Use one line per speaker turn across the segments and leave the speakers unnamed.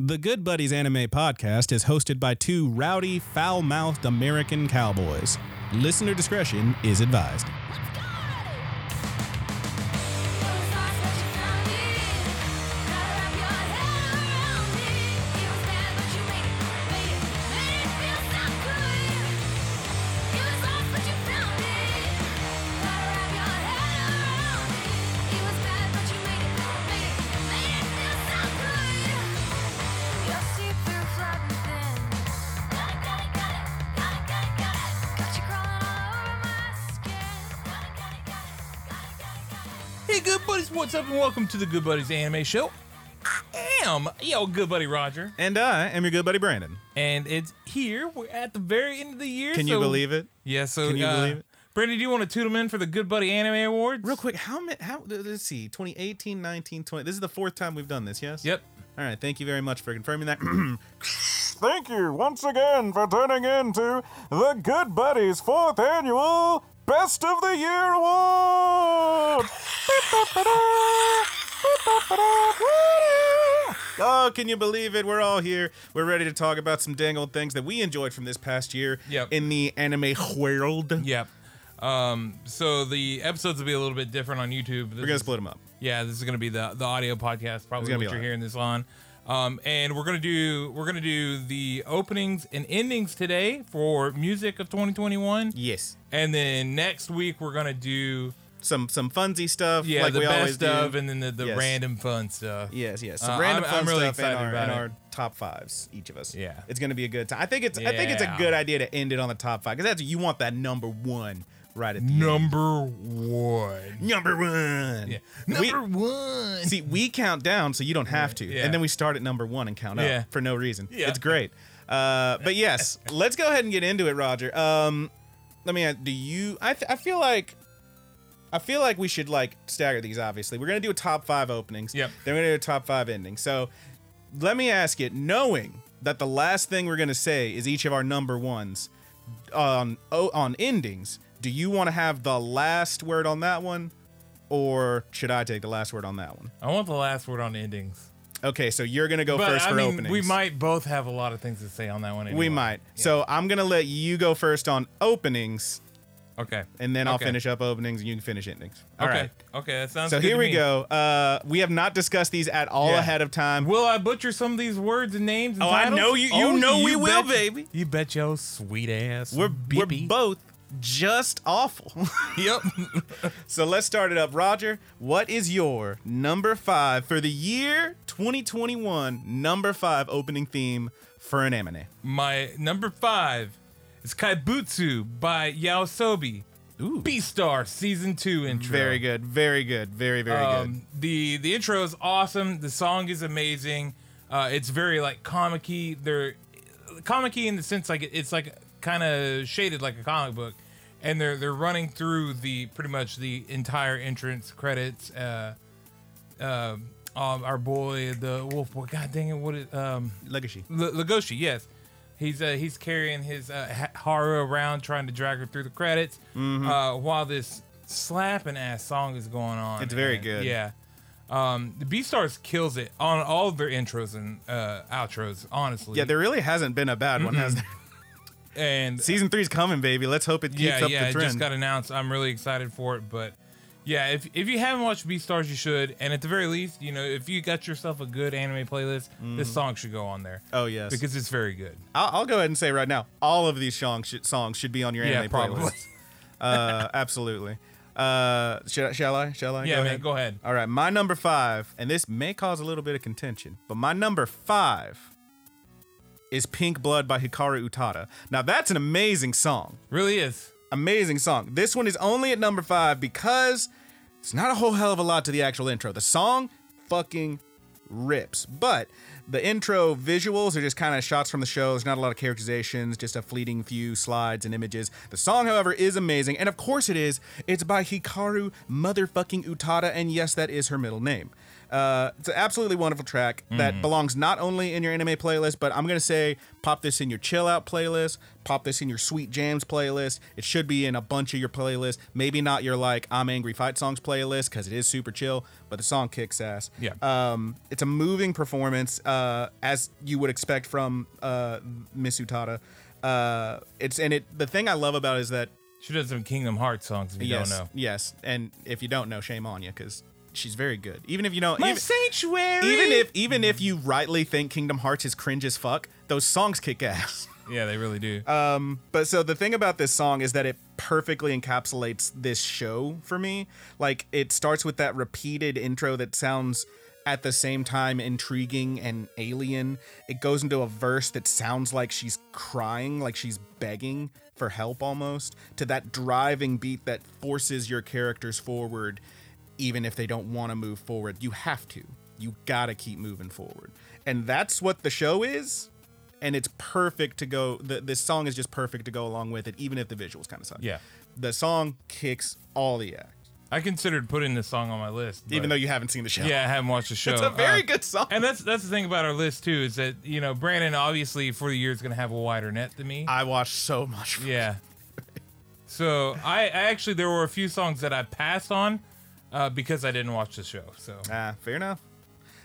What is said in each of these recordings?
The Good Buddies Anime Podcast is hosted by two rowdy, foul mouthed American cowboys. Listener discretion is advised.
Hey, good buddies, what's up, and welcome to the Good Buddies Anime Show. I am yo, good buddy Roger,
And I am your good buddy Brandon.
and it's here. We're at the very end of the year.
Can you
so-
believe it?
Yeah. So,
Can you
uh,
believe it?
Brandon, do you want to tune them in for the Good Buddy Anime Awards?
Real quick, how many? How let's see, 2018, 19, 20. This is the fourth time we've done this. Yes.
Yep.
All right. Thank you very much for confirming that.
Thank you once again for tuning in to the Good Buddies fourth annual Best of the Year Award.
oh, can you believe it? We're all here. We're ready to talk about some dang old things that we enjoyed from this past year
Yep.
in the anime world.
Yep. Um, so the episodes will be a little bit different on YouTube.
We're gonna split them up.
Yeah, this is gonna be the the audio podcast, probably
gonna
what
be
you're
live.
hearing this on. Um, and we're gonna do we're gonna do the openings and endings today for music of 2021,
Yes.
and then next week we're gonna do
Some some funsy stuff.
yeah
like
the
we always
best
do.
of and then the, the
Yes.
random fun stuff.
Yes, yes.
Uh,
Some random
I'm-
fun
I'm really
stuff and
excited
our,
about
and
it.
our top fives, each of us.
Yeah.
it's gonna be a good time. I think it's I think it's a
Yeah.
good idea to end it on the top five because that's you want that number one right at the
Number one.
end. number one.
Yeah.
We-
Number one.
See, we count down so you don't have to,
Yeah.
and then we start at number one and count
Yeah.
up for no reason.
Yeah.
It's great. Uh, but yes, let's go ahead and get into it, Roger. Um, let me. ask, Do you? I, th- I feel like. I feel like we should like stagger these. Obviously, we're gonna do a top five openings.
Yep.
Then we're gonna do a top five ending. So, let me ask it, knowing that the last thing we're gonna say is each of our number ones on oh, on endings. Do you want to have the last word on that one, or should I take the last word on that one?
I want the last word on endings.
Okay, so you're gonna go
But
first
I
for
mean,
openings.
we might both have a lot of things to say on that one.
We
anyway.
might.
Yeah.
So I'm gonna let you go first on openings,
okay,
and then I'll
Okay.
finish up openings, and you can finish endings. All
okay.
right.
Okay, that sounds.
So
good
here
to
we
me.
go. Uh, we have not discussed these at all
Yeah.
ahead of time.
Will I butcher some of these words and names? And
Oh, I
titles?
know you- you know we will,
bet-
baby.
You bet your sweet ass.
We're we're
beepy.
both just awful.
yep.
so let's start it up, Roger. What is your number five for the year 2021? Number five opening theme for an anime.
My number five is Kaibutsu by Yaosobi.
Ooh.
Beastar season two intro.
Very good. Very good. Very very good.
Um, the the intro is awesome. The song is amazing. Uh, it's very like comic-y. They're comic-y in the sense like it's like kind of shaded like a comic book, and they're they're running through the pretty much the entire entrance credits. Uh, uh, um, our boy, the wolf boy. God dang it! What is um,
Legacy.
L- Legoshi, yes. He's uh, he's carrying his uh, ha- Haru around, trying to drag her through the credits,
Mm-hmm.
uh, while this slapping ass song is going on.
It's very
And,
good.
Yeah, um, the B Stars kills it on all of their intros and uh, outros. Honestly,
Yeah, there really hasn't been a bad one, has there?
and
Season three's coming, baby. Let's hope it keeps
yeah,
up
yeah,
the
it
trend.
just got announced. I'm really excited for it, but yeah, if if you haven't watched B Stars, you should. And at the very least, you know, if you got yourself a good anime playlist, this song should go on there
Mm-hmm. oh yes, because
because it's very good.
I'll, I'll go ahead and say right now, all of these songs should, songs should be on your
Yeah,
anime
probably.
playlist. uh, absolutely. Uh, should, I- shall I? Shall I?
Yeah, man, go ahead.
All right, my number five, and this may cause a little bit of contention, but my number five is "Pink Blood" by Hikaru Utada. Now that's an amazing song.
Really is.
amazing song. This one is only at number five because it's not a whole hell of a lot to the actual intro. The song fucking rips, but the intro visuals are just kind of shots from the show. There's not a lot of characterizations, just a fleeting few slides and images. The song, however, is amazing, and of course it is. It's by Hikaru motherfucking Utada, and yes, that is her middle name. Uh, it's an absolutely wonderful track that belongs not only in your anime playlist, but I'm gonna say pop this in your chill out playlist, pop this in your sweet jams playlist. It should be in a bunch of your playlists. Maybe not your like I'm angry fight songs playlist because it is super chill, but the song kicks ass.
Yeah.
Um, it's a moving performance, uh, as you would expect from uh, Miss Utada. Uh, it's and it. The thing I love about it is that
She does some Kingdom Hearts songs if you
yes,
don't know.
yes, and if you don't know, shame on you because she's very good. Even if you don't,
My
even,
sanctuary.
even if even if you rightly think Kingdom Hearts is cringe as fuck, those songs kick ass.
yeah, they really do.
Uh, But so the thing about this song is that it perfectly encapsulates this show for me. Like it starts with that repeated intro that sounds at the same time intriguing and alien. It goes into a verse that sounds like she's crying, like she's begging for help almost, to that driving beat that forces your characters forward even if they don't want to move forward. You have to. You got to keep moving forward. And that's what the show is and it's perfect to go. The, this song is just perfect to go along with it, even if the visuals kind of suck.
Yeah.
the song kicks all the act,
I considered putting this song on my list,
even though
but-
you haven't seen the show.
yeah, I haven't watched the show.
it's a very
Uh,
good song.
And that's that's the thing about our list too is that you know Brandon obviously for the year is gonna have a wider net than me.
I watched so much.
yeah. So I, I actually there were a few songs that I passed on uh, because I didn't watch the show. So
Ah, fair enough.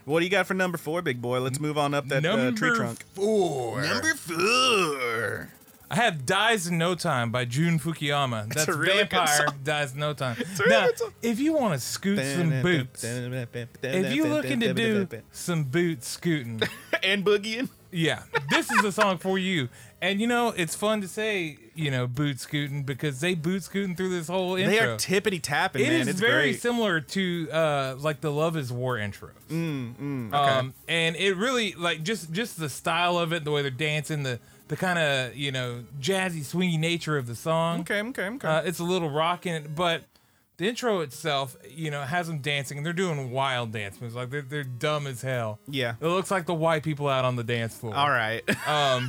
What do you got for number four, big boy? Let's move on up that uh, tree
Number
trunk.
four.
four.
I have Dies in No Time by June Fukuyama. That's,
a really good
Vampire
song.
Dies in No Time.
a really
now,
good song.
if you want to scoot some boots, if you looking to do some boot scooting,
and boogieing.
yeah, this is a song for you. And you know, it's fun to say, you know, boot scooting because they boot scooting through this whole intro.
They are tippity tapping,
It
man.
is
it's
very
great.
similar to uh, like the Love Is War intros. um, and it really like just just the style of it, the way they're dancing, the the kind of you know jazzy swingy nature of the song.
Okay, okay, okay.
Uh, it's a little rocking, but the intro itself, you know, has them dancing and they're doing wild dance moves. Like they're they're dumb as hell.
Yeah.
it looks like the white people out on the dance floor.
all right.
Uh,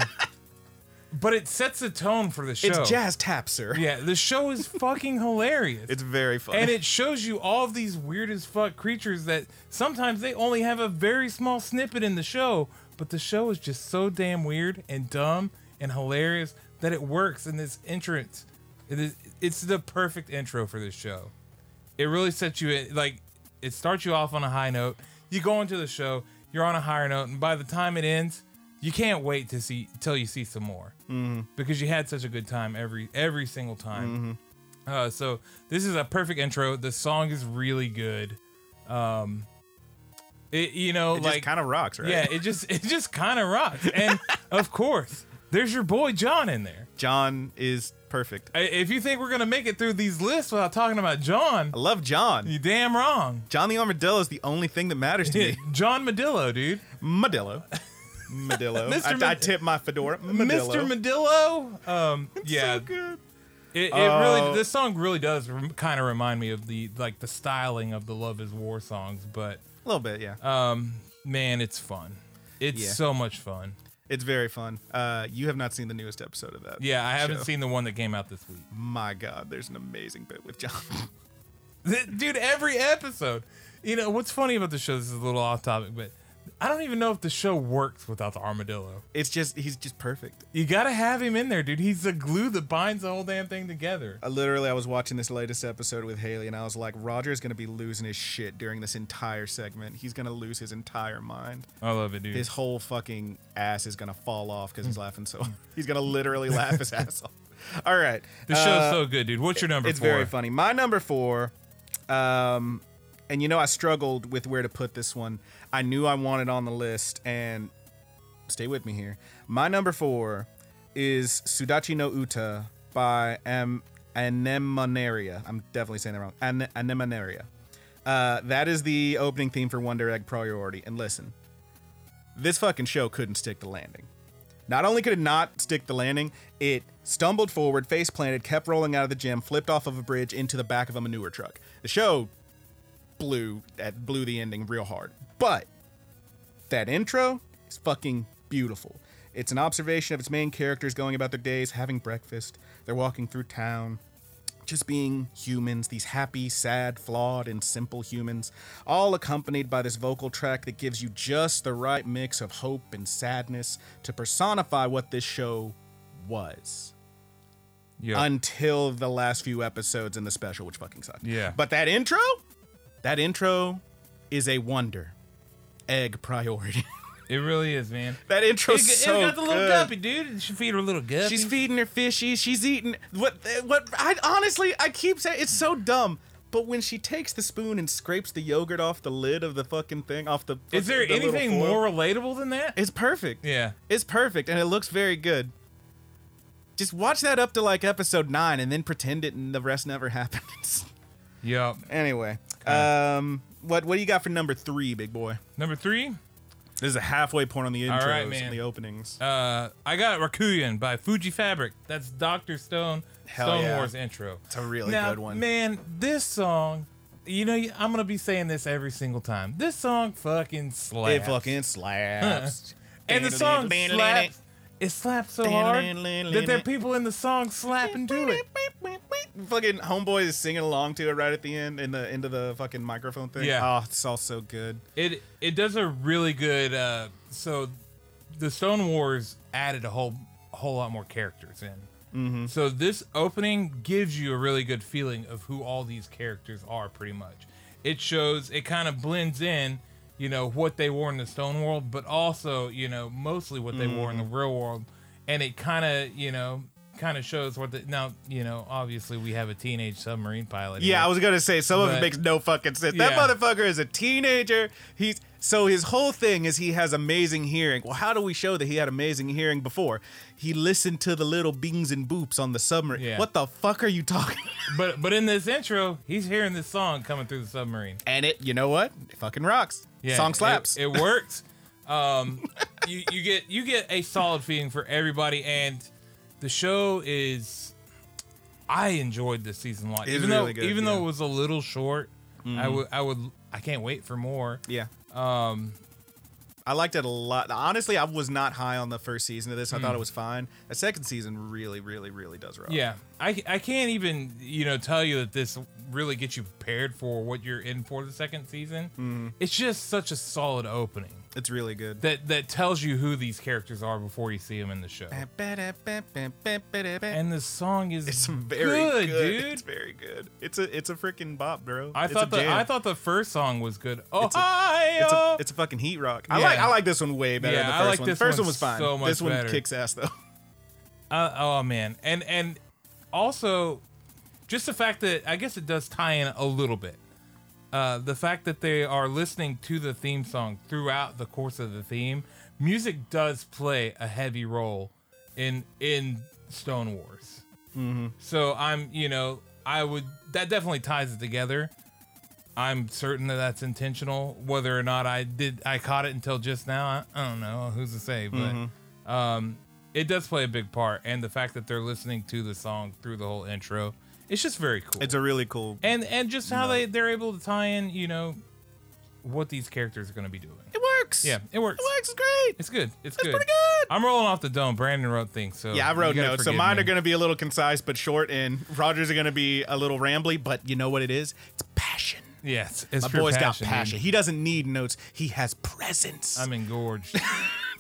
but it sets the tone for the show.
it's jazz tap, sir.
Yeah, the show is fucking hilarious.
It's very fun.
and it shows you all of these weird as fuck creatures that sometimes they only have a very small snippet in the show, but the show is just so damn weird and dumb and hilarious that it works in this entrance. It is, it's the perfect intro for this show. It really sets you in, like it starts you off on a high note. You go into the show, you're on a higher note, and by the time it ends, you can't wait to see till you see some more because you had such a good time every every single time.
Mm-hmm.
Uh, so this is a perfect intro. The song is really good. Um, it you know
It
like
just kind of rocks, right?
yeah, it just it just kind of rocks. And of course, there's your boy John in there.
John is perfect.
I- If you think we're gonna make it through these lists without talking about John,
I love John.
you damn wrong.
John the Armadillo is the only thing that matters to me.
John Madillo, dude.
Madillo. Madillo. I,
Mr. Ma-
I tip my fedora. Madillo.
Mr. Madillo. Um, yeah,
good.
it, it
Oh.
really. This song really does rem- kind of remind me of the like the styling of the Love Is War songs, but
A little bit, yeah.
um, man, it's fun. It's
Yeah.
so much fun.
it's very fun. Uh, you have not seen the newest episode of that.
Yeah, I haven't
show.
seen the one that came out this week.
My God, there's an amazing bit with John.
Th- dude every episode you know what's funny about the show this is a little off topic but i don't even know if the show works without the armadillo
It's just he's just perfect.
you gotta have him in there dude he's the glue that binds the whole damn thing together
I literally, I was watching this latest episode with Haley, and I was like, Roger's gonna be losing his shit during this entire segment. He's gonna lose his entire mind.
i love it dude
his whole fucking ass is gonna fall off because he's laughing so hard. he's gonna literally laugh his ass off. All right,
the show's
uh,
so good dude what's your number
it's
four?
very funny. My number four, um, and you know I struggled with where to put this one. I knew I wanted on the list, and stay with me here. My number four is Sudachi no Uta by um, Anemonaria. I'm definitely saying that wrong. An- Anemonaria. Uh, that is the opening theme for Wonder Egg Priority. And listen, this fucking show couldn't stick the landing. Not only could it not stick the landing, it stumbled forward, face planted, kept rolling out of the gym, flipped off of a bridge into the back of a manure truck. The show blew that blew the ending real hard. But that intro is fucking beautiful. It's an observation of its main characters going about their days, having breakfast, they're walking through town, just being humans, these happy, sad, flawed, and simple humans, all accompanied by this vocal track that gives you just the right mix of hope and sadness to personify what this show was
Yeah.
until the last few episodes in the special, which fucking sucked.
Yeah.
But that intro, that intro is a wonder. Egg priority.
it really is, man.
that intro
It,
is
it
so
got the little
good.
guppy, dude. You should feed her a little guppy.
She's feeding her fishies. She's eating. What? What? I honestly, I keep saying it's so dumb. But when she takes the spoon and scrapes the yogurt off the lid of the fucking thing, off the
Is there
the little
anything
foil-
more relatable than that?
It's perfect.
yeah.
It's perfect, and it looks very good. Just watch that up to like episode nine, and then pretend it, and the rest never happens.
Yeah.
anyway, um, what what do you got for number three, big boy?
Number three,
This is a halfway point on the
All
intros
right, man.
and the openings.
uh, I got Rakuyan by Fuji Fabric. That's Doctor Stone
Hell
Stone
yeah.
Wars intro. It's
a really
now,
good one.
Man, this song, you know, I'm gonna be saying this every single time. This song fucking slaps.
it fucking slaps.
and the song slaps. It slaps so hard that there are people in the song slapping to it.
Fucking homeboy is singing along to it right at the end in the into the fucking microphone thing.
Yeah.
Oh, it's all so good.
It it does a really good. Uh, so, the Stone Wars added a whole whole lot more characters in. Mm-hmm. So this opening gives you a really good feeling of who all these characters are, pretty much. It shows it kind of blends in, you know, what they wore in the Stone World, but also you know mostly what they wore in
Mm-hmm.
the real world, and it kind of you know kind of shows what the now you know obviously we have a teenage submarine pilot.
Yeah,
here.
I was gonna say some of it
But-
makes no fucking sense. That
Yeah.
motherfucker is a teenager. He's so his whole thing is he has amazing hearing. Well, how do we show that he had amazing hearing before? He listened to the little bings and boops on the submarine.
Yeah.
What the fuck are you talking?
But but in this intro, he's hearing this song coming through the submarine.
and it, you know what? It fucking rocks. Song
it-
slaps.
It, works. Um, you you get you get a solid feeling for everybody, and the show is. I enjoyed this season a lot,
It was
even
really
though
good,
even
yeah.
though it was a little short. I would I would I can't wait for more.
Yeah. Um, I liked it a lot. Honestly, I was not high on the first season of this. I thought it was fine. The second season really, really, really does rock.
Mm. Yeah, I, I can't even you know tell you that this really gets you prepared for what you're in for the second season.
Mm-hmm.
It's just such a solid opening
it's really good.
that that tells you who these characters are before you see them in the show. And the song is
It's very good,
good,
It's
dude.
very good. It's a it's a freaking bop, bro.
I
it's
thought
a
the
jam.
I thought the first song was good. Oh,
It's a, it's a it's a fucking heat rock. I
Yeah.
like I like this one way better
Yeah,
than the
I
first
like
one. The
this
first
one
one was fine.
so much
this one
better.
kicks ass though.
uh, oh man, and and also just the fact that I guess it does tie in a little bit. Uh, the fact that they are listening to the theme song throughout the course of the theme, music does play a heavy role in in Stone Wars. Mm-hmm. So I'm, you know, I would that definitely ties it together. I'm certain that that's intentional. Whether or not I did, I caught it until just now. I, I don't know who's to say, but um, it does play a big part. And the fact that they're listening to the song through the whole intro, it's just very cool.
It's a really cool.
and and just how they they're able to tie in, you know, what these characters are going to be doing.
It works.
Yeah, it works.
It works. It's great.
It's good. It's, good.
pretty good.
I'm rolling off the dome. Brandon wrote things, so
Yeah, I
Oh, you
wrote
gotta
notes. So
forgive
mine
me.
are going to be a little concise but short, and Rogers are going to be a little rambly. But you know what it is? It's passion.
Yes, it's
My
pure
boy's
passion,
got
dude.
passion. He doesn't need notes. He has presence.
I'm engorged.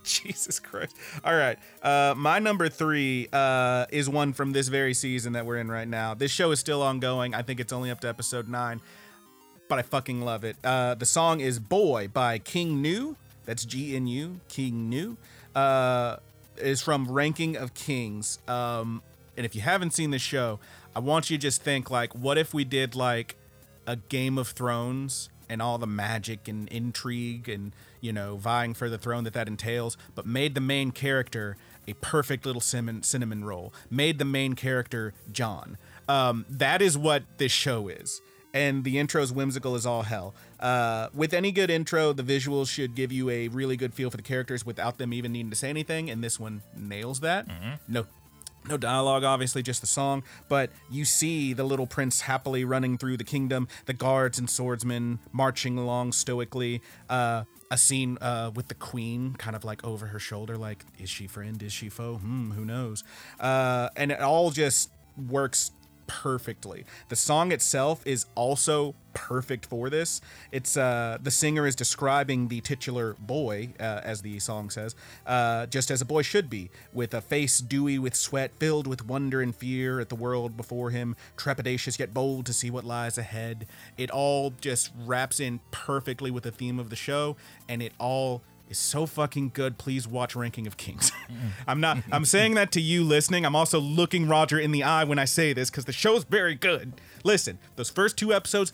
Jesus Christ. All right. Uh, my number three uh, is one from this very season that we're in right now. This show is still ongoing. I think it's only up to episode nine, but I fucking love it. Uh, the song is Boy by King New. That's G N U, King New. Uh, is from Ranking of Kings. Um, and if you haven't seen this show, I want you to just think like, what if we did like a Game of Thrones and all the magic and intrigue and you know vying for the throne that that entails, but made the main character a perfect little cinnamon cinnamon roll. Made the main character John. Um, that is what this show is. And the intro is whimsical as all hell. Uh, with any good intro, the visuals should give you a really good feel for the characters without them even needing to say anything. And this one nails that. No no dialogue, obviously, just the song, but you see the little prince happily running through the kingdom, the guards and swordsmen marching along stoically. Uh, a scene uh, with the queen kind of like over her shoulder, like, is she friend? Is she foe? Hmm, who knows? Uh, and it all just works perfectly. The song itself is also perfect for this. It's uh, the singer is describing the titular boy, uh, as the song says, uh, just as a boy should be, with a face dewy with sweat, filled with wonder and fear at the world before him, trepidatious yet bold to see what lies ahead. It all just wraps in perfectly with the theme of the show, and it all is so fucking good. Please watch Ranking of Kings. I'm not. I'm saying that to you listening. I'm also looking Roger in the eye when I say this because the show's very good. Listen, those first two episodes,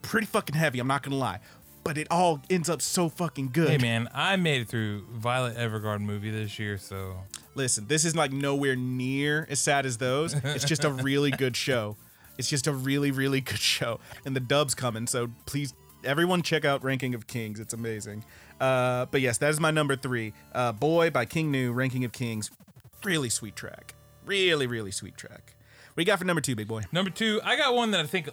pretty fucking heavy. I'm not gonna lie, but it all ends up so fucking good.
Hey man, I made it through Violet Evergarden movie this year, so
Listen, this is like nowhere near as sad as those. It's just a really good show. It's just a really, really good show. And the dub's coming, so please, everyone, check out Ranking of Kings. It's amazing. Uh, but yes, that is my number three. Uh, Boy by King New, Ranking of Kings. Really sweet track. Really, really sweet track. What do you got for number two, big boy?
Number two, I got one that I think,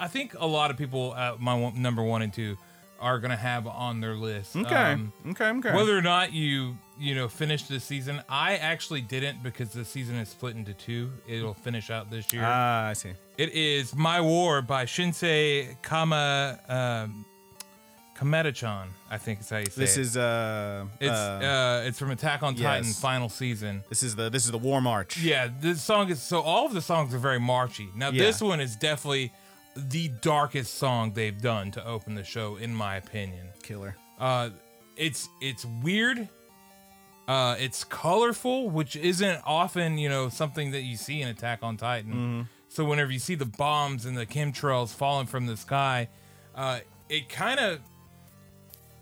I think a lot of people at my one, number one and two are gonna have on their list.
Okay.
Um,
okay, okay.
whether or not you you know finish the season, I actually didn't because the season is split into two. It'll finish out this year.
ah, I see.
it is My War by Shinsei Kama um, Kamedachan. I think is how you say
This
it.
is uh,
it's
uh,
uh, it's from Attack on Titan
yes.
final season.
this is the this is the War March.
Yeah, this song is so all of the songs are very marchy. Now
Yeah.
this one is definitely the darkest song they've done to open the show, in my opinion.
Killer.
Uh, it's it's weird. Uh, it's colorful, which isn't often you know something that you see in Attack on Titan.
Mm-hmm.
So whenever you see the bombs and the chemtrails falling from the sky, uh, it kind of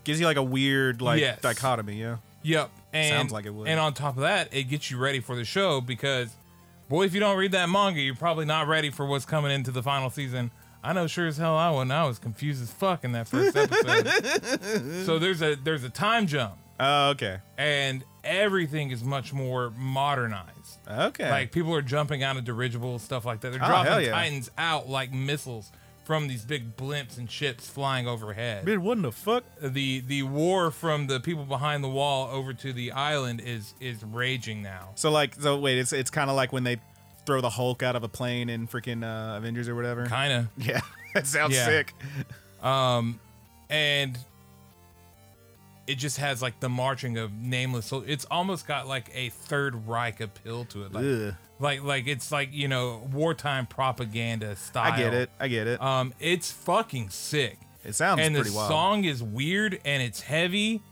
Gives you like a weird like
Yes.
dichotomy. Yeah.
Yep. And,
Sounds like it would.
And on top of that, it gets you ready for the show because, boy, if you don't read that manga, you're probably not ready for what's coming into the final season. I know sure as hell I wasn't. I was confused as fuck in that first episode. so there's a there's a time jump,
Oh, okay.
and everything is much more modernized.
Okay.
Like people are jumping out of dirigibles, stuff like that. They're
Oh, hell
dropping
yeah.
titans out like missiles from these big blimps and ships flying overhead
Man, what in the fuck?
the the war from the people behind the wall over to the island is is raging now.
So like, so wait, it's it's kind of like when they throw the Hulk out of a plane in freaking uh, Avengers or whatever.
Kinda.
yeah, that sounds
Yeah.
sick.
And it just has like the marching of nameless so it's almost got like a third Reich appeal to it. Like
Ugh.
like, like it's like, you know, wartime propaganda style.
I get it. I get it.
Um it's fucking sick.
it sounds
and the
pretty wild.
song is weird and it's heavy.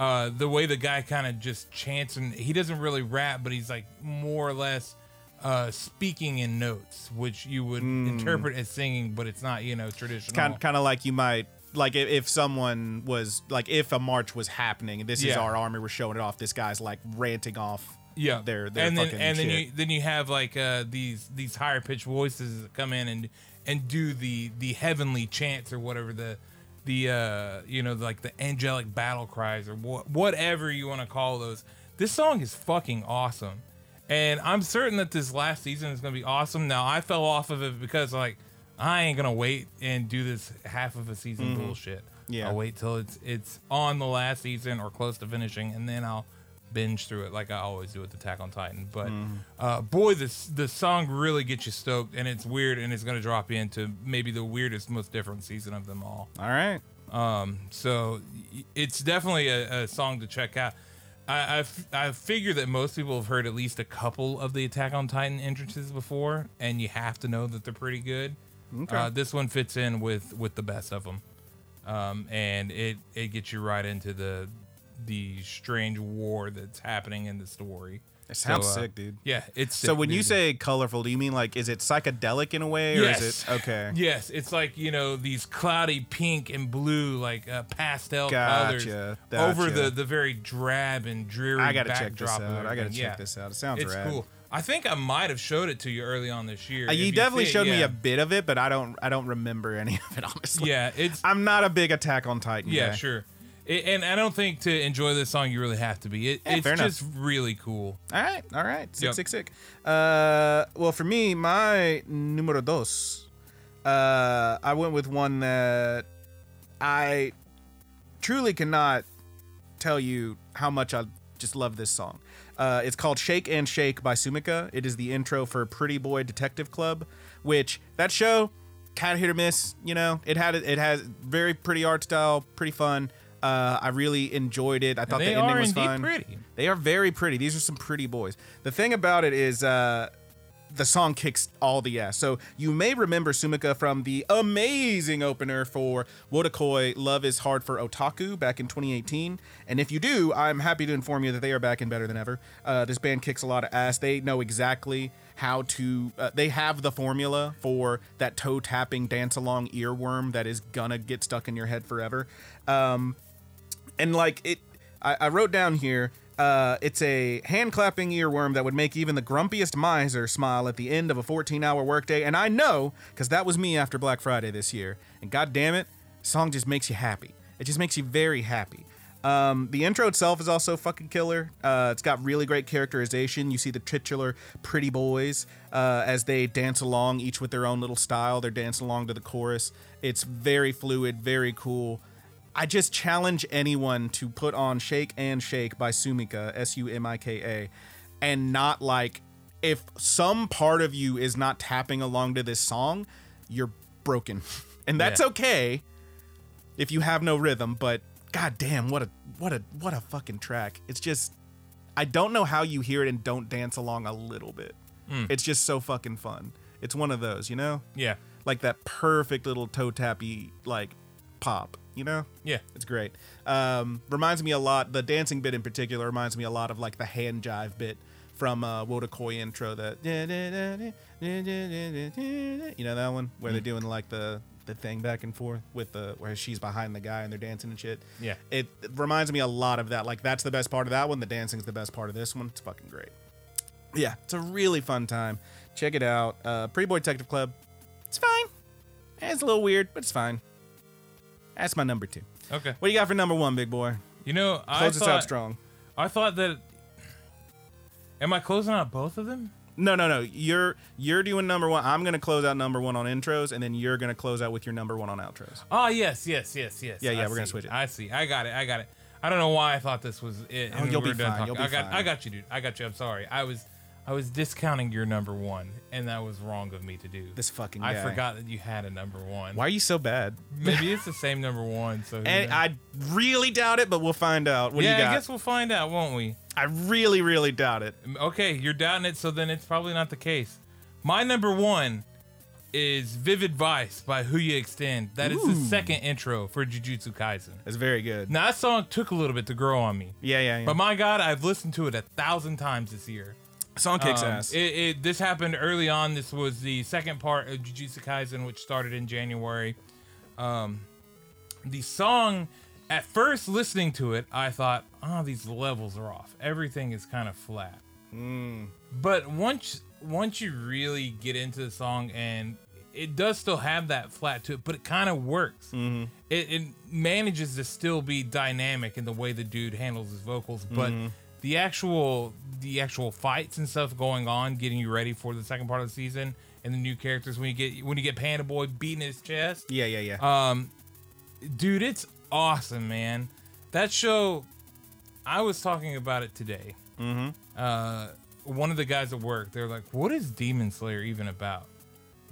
Uh, the way the guy kind of just chants and he doesn't really rap, but he's like more or less uh, speaking in notes, which you would interpret as singing, but it's not you know traditional.
Hmm. kind kind of like you might like if, if someone was like if a march was happening and this is
Yeah.
our army we're showing it off. This guy's like ranting off.
yeah,
their their
and then
fucking
and
shit.
then you then you have like uh, these these higher pitched voices that come in and and do the the heavenly chants or whatever the the uh you know like the angelic battle cries or wha- whatever you want to call those. This song is fucking awesome, and I'm certain that this last season is gonna be awesome. Now I fell off of it because like I ain't gonna wait and do this half of a season bullshit.
Mm-hmm. Yeah.
I'll wait till it's it's on the last season or close to finishing, and then I'll binge through it like I always do with Attack on Titan. But uh, boy, this the song really gets you stoked, and it's weird, and it's gonna drop you into maybe the weirdest, most different season of them all.
All right.
So y- it's definitely a, a song to check out. I, I, f- I figure that most people have heard at least a couple of the Attack on Titan entrances before, and you have to know that they're pretty good. Uh, this one fits in with with the best of them, um, and it it gets you right into the the strange war that's happening in the story.
It sounds
So, uh,
sick, dude.
Yeah, it's
So
sick,
when you
dude.
say colorful, do you mean like is it psychedelic in a way or is it okay?
Yes, it's like you know these cloudy pink and blue, like uh, pastel
Gotcha,
colors over
gotcha.
the the very drab and dreary.
I gotta check this
backdrop of
out. I gotta
everything.
check
Yeah.
this out. It sounds
It's
rad.
cool. I think I might have showed it to you early on this year.
Uh,
If
you
see
definitely
it,
showed me
yeah.
a bit of it, but I don't I don't remember any of it honestly.
Yeah, it's
I'm not a big Attack on Titan.
yeah,
guy.
sure. It, and I don't think to enjoy this song you really have to be. It,
Yeah,
it's
fair enough.
just really cool.
All right, all right, sick,
Yep.
sick, sick. Uh, well, for me, my número dos, uh, I went with one that I truly cannot tell you how much I Just love this song. Uh, it's called Shake and Shake by Sumika. It is the intro for Pretty Boy Detective Club, which that show kind of hit or miss. You know, it had it has very pretty art style, pretty fun. Uh, I really enjoyed it. I thought
they
the ending
are
was
indeed
fun.
pretty.
They are very pretty. These are some pretty boys. The thing about it is, uh, the song kicks all the ass. So you may remember Sumika from the amazing opener for Wodokoi Love is Hard for Otaku back in 2018. And if you do, I'm happy to inform you that they are back and better than ever. Uh, this band kicks a lot of ass. They know exactly how to, uh, they have the formula for that toe tapping dance along earworm that is gonna get stuck in your head forever. Um, and like it I, I wrote down here uh, it's a hand clapping earworm that would make even the grumpiest miser smile at the end of a 14 hour workday and i know because that was me after black friday this year and god damn it song just makes you happy it just makes you very happy um, the intro itself is also fucking killer. Uh, it's got really great characterization. You see the titular pretty boys uh, as they dance along, each with their own little style. They're dancing along to the chorus. It's very fluid, very cool. I just challenge anyone to put on Shake and Shake by Sumika, S U M I K A, and not like if some part of you is not tapping along to this song, you're broken. And that's
Yeah.
okay if you have no rhythm, but god damn, what a what a what a fucking track. It's just I don't know how you hear it and don't dance along a little bit. It's just so fucking fun. It's one of those, you know?
Yeah.
Like that perfect little toe tappy like pop, you know?
Yeah.
It's great. Um, reminds me a lot. The dancing bit in particular reminds me a lot of like the hand jive bit from uh, Wodokoi intro. That you know that one where they're doing like the the thing back and forth with the where she's behind the guy and they're dancing and shit.
Yeah.
it, it reminds me a lot of that. Like that's the best part of that one. The dancing's the best part of this one. It's fucking great. Yeah, it's a really fun time. Check it out. Uh, Pretty Boy Detective Club. It's fine. Eh, It's a little weird, but it's fine. That's my number two.
Okay.
What do you got for number one, big boy?
You know, I
Close us out
thought,
strong.
I thought that. Am I closing out both of them?
No, no, no. You're you're doing number one. I'm gonna close out number one on intros, and then you're gonna close out with your number one on outros.
Oh, yes, yes, yes, yes.
Yeah, yeah,
I
we're gonna
see.
switch it.
I see. I got it. I got it. I don't know why I thought this was it. and
Oh, you'll
we
be
were done
fine,
talking.
you'll be
I got,
fine.
I got you, dude. I got you. I'm sorry. I was, I was discounting your number one, and that was wrong of me to do.
This fucking
I
guy.
forgot that you had a number one.
Why are you so bad?
Maybe it's the same number one. So who
And
knows?
I really doubt it, but we'll find out. What
yeah,
do you got?
I guess we'll find out, won't we?
I really, really doubt it.
Okay, you're doubting it, so then it's probably not the case. My number one is "Vivid Vice" by Who You Extend. That is the second intro for Jujutsu Kaisen.
It's very good.
Now that song took a little bit to grow on me,
Yeah, yeah, yeah.
but my God, I've listened to it a thousand times this year.
Song kicks
Um,
ass.
It, it, this happened early on. This was the second part of Jujutsu Kaisen, which started in January. Um, the song, at first listening to it, I thought, oh, these levels are off. Everything is kind of flat. But once once you really get into the song, and it does still have that flat to it, but it kind of works. It, it manages to still be dynamic in the way the dude handles his vocals, but the actual the actual fights and stuff going on, getting you ready for the second part of the season and the new characters when you get when you get Panda Boy beating his chest
yeah, yeah, yeah.
Uh, Um, dude it's awesome man that show i was talking about it today mm-hmm. uh, one of the guys at work they're like what is demon slayer even about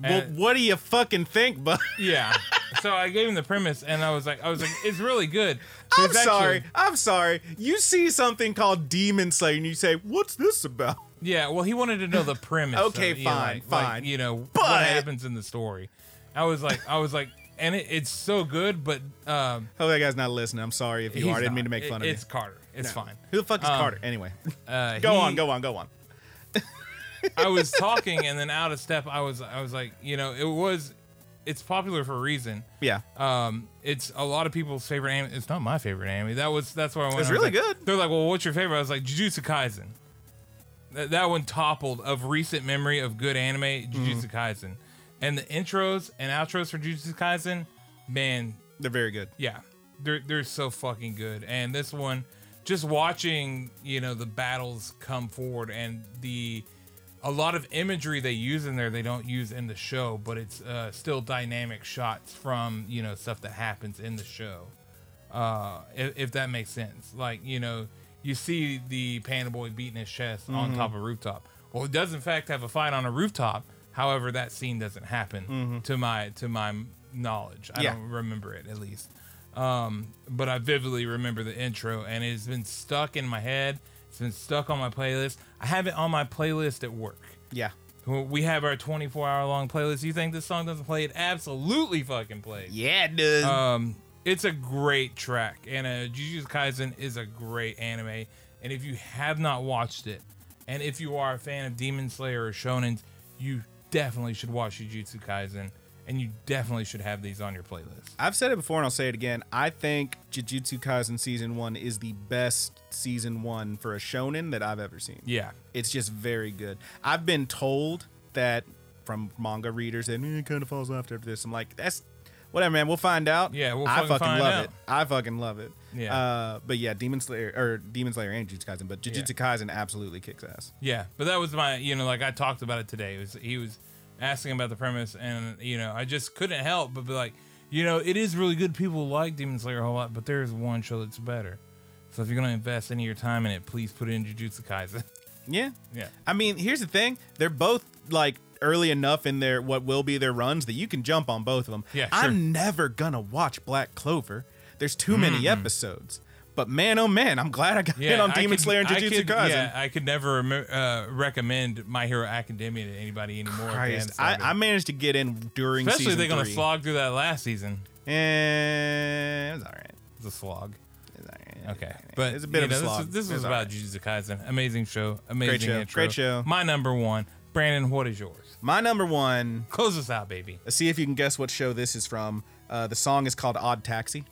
well,
and-
what do you fucking think, bud?
yeah so i gave him the premise and i was like i was like it's really good
I'm
There's actually-
sorry. I'm sorry. You see something called Demon Slayer, and you say, "What's this about?"
yeah well he wanted to know the premise
Okay,
of, you know,
fine,
like-
fine.
like, you know
But-
what happens in the story i was like i was like and it, it's so good but um
Hope that guy's not listening. I'm sorry if you
he's
are. I didn't
not.
mean to make
It-
fun of
it's
you.
carter it's fine
Who the fuck is
Um,
Carter? Anyway,
uh,
go
he-
on, go on, go on.
I was talking and then out of step I was I was like, you know, it was it's popular for a reason.
Yeah.
Um, it's a lot of people's favorite anime. It's not my favorite anime. That was that's where I went.
It's
I was
really
like-
good.
They're like, well, what's your favorite? I was like, Jujutsu Kaisen. That, that one toppled of recent memory of good anime, Jujutsu
Mm-hmm.
Kaisen, and the intros and outros for Jujutsu Kaisen, man,
They're very good.
yeah, they're they're so fucking good. And this one, just watching you know the battles come forward and the a lot of imagery they use in there they don't use in the show, but it's uh, still dynamic shots from you know stuff that happens in the show. Uh, if, if that makes sense, like you know. you- you see the Panda Boy beating his chest on top of a rooftop. Well, it does in fact have a fight on a rooftop. However, that scene doesn't happen to my to my knowledge. I
Yeah.
don't remember it at least, um, but I vividly remember the intro, and it's been stuck in my head. It's been stuck on my playlist. I have it on my playlist at work.
Yeah.
Well, We have our 24 hour long playlist. You think this song doesn't play? It absolutely fucking plays.
Yeah, it does.
Um, it's a great track, and uh, Jujutsu Kaisen is a great anime. And if you have not watched it, and if you are a fan of Demon Slayer or Shonen, you definitely should watch Jujutsu Kaisen, and you definitely should have these on your playlist.
I've said it before and I'll say it again. I think Jujutsu Kaisen season one is the best season one for a shonen that I've ever seen.
Yeah,
It's just very good. I've been told that from manga readers that "Eh, it kind of falls off after this. I'm like, that's whatever, man. We'll find out.
Yeah, we'll
I
fucking
fucking
find
love
out.
it. I fucking love it.
Yeah.
Uh, but yeah, Demon Slayer or Demon Slayer and Jujutsu Kaisen, but Jujutsu Kaisen absolutely kicks ass.
yeah. But that was my, you know, like I talked about it today. It was he was asking about the premise, and you know, I just couldn't help but be like, you know, it is really good. People like Demon Slayer a whole lot, but there is one show that's better. So if you're gonna invest any of your time in it, please put in Jujutsu Kaisen.
Yeah.
yeah.
I mean, here's the thing. They're both like early enough in their what will be their runs that you can jump on both of them.
Yeah, sure.
I'm never gonna watch Black Clover. There's too many episodes. But man, oh man, I'm glad I got in on
I
Demon
could-
Slayer and
I
Jujutsu
could-
Kaisen.
Yeah, I could never remem- uh, recommend My Hero Academia to anybody anymore. if they
Christ,
haven't
I,
started.
I managed to get in during
especially if
season
they're gonna
three.
slog through that last season.
Eh, it was all right.
It's a slog.
It was all right.
Okay, but
it's a bit
you
of a
know,
slog.
This, was- this
It
was
all
about
right.
Jujutsu Kaisen. Amazing show. Amazing
show,
intro.
great show.
My number one. Brandon, what is yours?
my number one.
Close us out, baby.
Let's see if you can guess what show this is from. Uh, the song is called "Odd Taxi."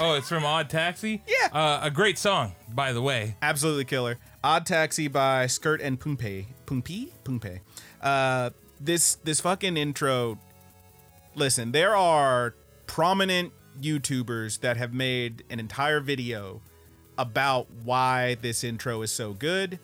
Oh, it's from Odd Taxi.
Yeah.
Uh, a great song, by the way.
Absolutely killer. Odd Taxi by Skirt and Poompe. Poompe? Poompe. Uh, this this fucking intro. Listen, there are prominent YouTubers that have made an entire video about why this intro is so good,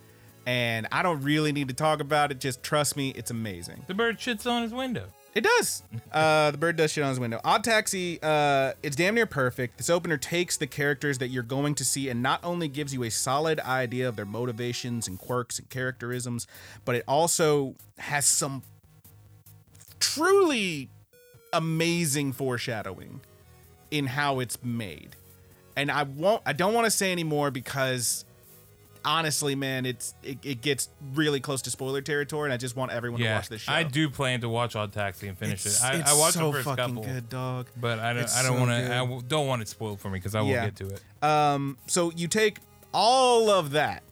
and I don't really need to talk about it. Just trust me, it's amazing.
The bird shits on his window.
It does. Uh, the bird does shit on his window. Odd Taxi, uh, it's damn near perfect. This opener takes the characters that you're going to see and not only gives you a solid idea of their motivations and quirks and characterisms, but it also has some truly amazing foreshadowing in how it's made. And I won't I don't want to say anymore because honestly, man, it's it, it gets really close to spoiler territory and I just want everyone to
Yeah.
watch this show.
I do plan to watch Odd Taxi and finish
It's-
it. I,
it's
I watched
so
the first
fucking
couple,
good, dog.
but I don't.
It's
I don't
so
want
good.
to. I w- don't want it spoiled for me because I will
Yeah.
get to it.
Um, so you take all of that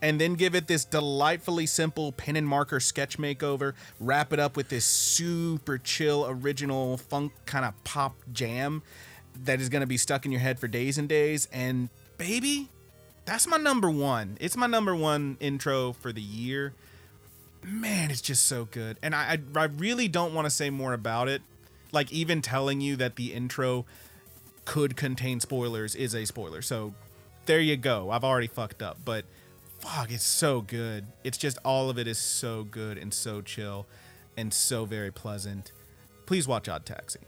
and then give it this delightfully simple pen and marker sketch makeover, wrap it up with this super chill original funk kind of pop jam that is going to be stuck in your head for days and days and baby, that's my number 1. It's my number 1 intro for the year. Man, it's just so good. And I I, I really don't want to say more about it. Like even telling you that the intro could contain spoilers is a spoiler. So there you go. I've already fucked up, but fuck, it's so good. It's just all of it is so good and so chill and so very pleasant. Please watch Odd Taxi.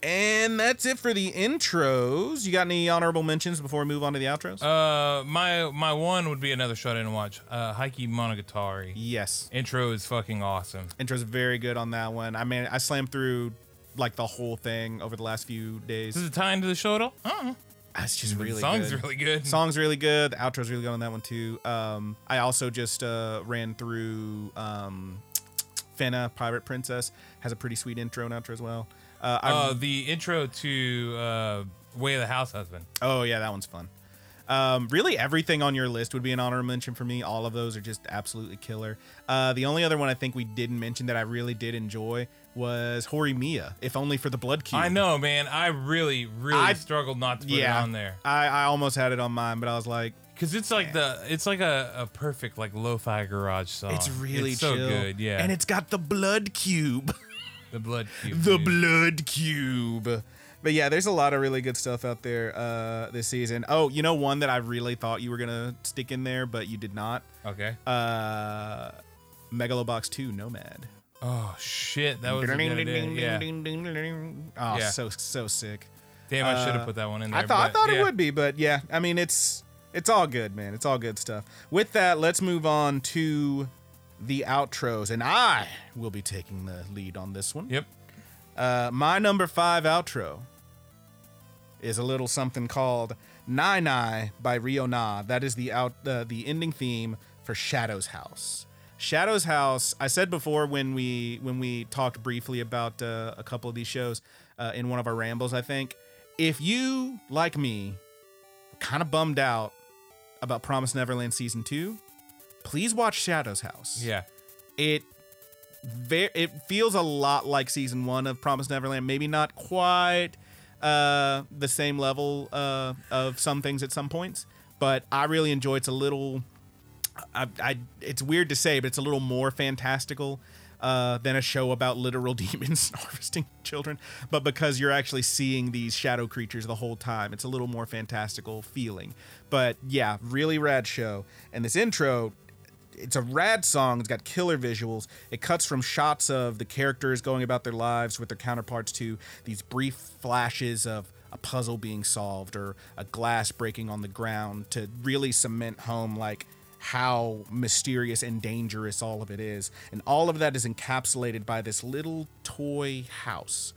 And that's it for the intros. You got any honorable mentions before we move on to the outros?
Uh, my my one would be another show I didn't watch. Uh, Haikyuu Monogatari.
yes.
Intro is fucking awesome.
Intro's very good on that one. I mean, I slammed through like the whole thing over the last few days.
Does it tie into the show at all? Uh-uh.
It's just really
the song's
good.
really good.
Song's really good. The outro's really good on that one too. Um, I also just uh, ran through um, Fena, Pirate Princess. Has a pretty sweet intro and outro as well. Uh, I,
Uh, the intro to uh, Way of the House Husband.
oh yeah, that one's fun. Um, really, everything on your list would be an honorable mention for me. All of those are just absolutely killer. Uh, the only other one I think we didn't mention that I really did enjoy was Hori Mia, if only for the Blood Cube.
I know, man. I really, really
I-
struggled not to put
Yeah,
it on there
I, I almost had it on mine, but I was like,
because it's like the it's like a, a perfect like lo-fi garage song.
Oh, it's really
so
chill.
good, yeah.
and it's got the Blood Cube.
the blood cube.
the
dude.
blood cube but yeah there's a lot of really good stuff out there uh this season oh you know one that i really thought you were gonna stick in there but you did not
Okay.
uh megalobox 2 nomad
oh shit, that was a good idea. yeah.
oh
Yeah.
so so sick
Damn, I should
Uh,
have put that one in there.
i thought i
but
thought
yeah.
it would be but yeah i mean it's It's all good, man. It's all good stuff. With that, let's move on to the outros, and I will be taking the lead on this one.
Yep.
Uh, my number five outro is a little something called "Nai Nai" by Rio Na. That is the out uh, the ending theme for Shadow's House. Shadow's House. I said before when we when we talked briefly about uh, a couple of these shows uh, in one of our rambles. I think if you like me, kind of bummed out about Promise Neverland season two, please watch Shadow's House
Yeah.
it very it feels a lot like season one of Promise Neverland. Maybe not quite uh, the same level uh, of some things at some points, but I really enjoy. It's a little, I, I it's weird to say, but it's a little more fantastical. Uh, than a show about literal demons harvesting children, but because you're actually seeing these shadow creatures the whole time, it's a little more fantastical feeling. But yeah, really rad show. And this intro it's a rad song. It's got killer visuals. It cuts from shots of the characters going about their lives with their counterparts to these brief flashes of a puzzle being solved or a glass breaking on the ground to really cement home like how mysterious and dangerous all of it is. And all of that is encapsulated by this little toy house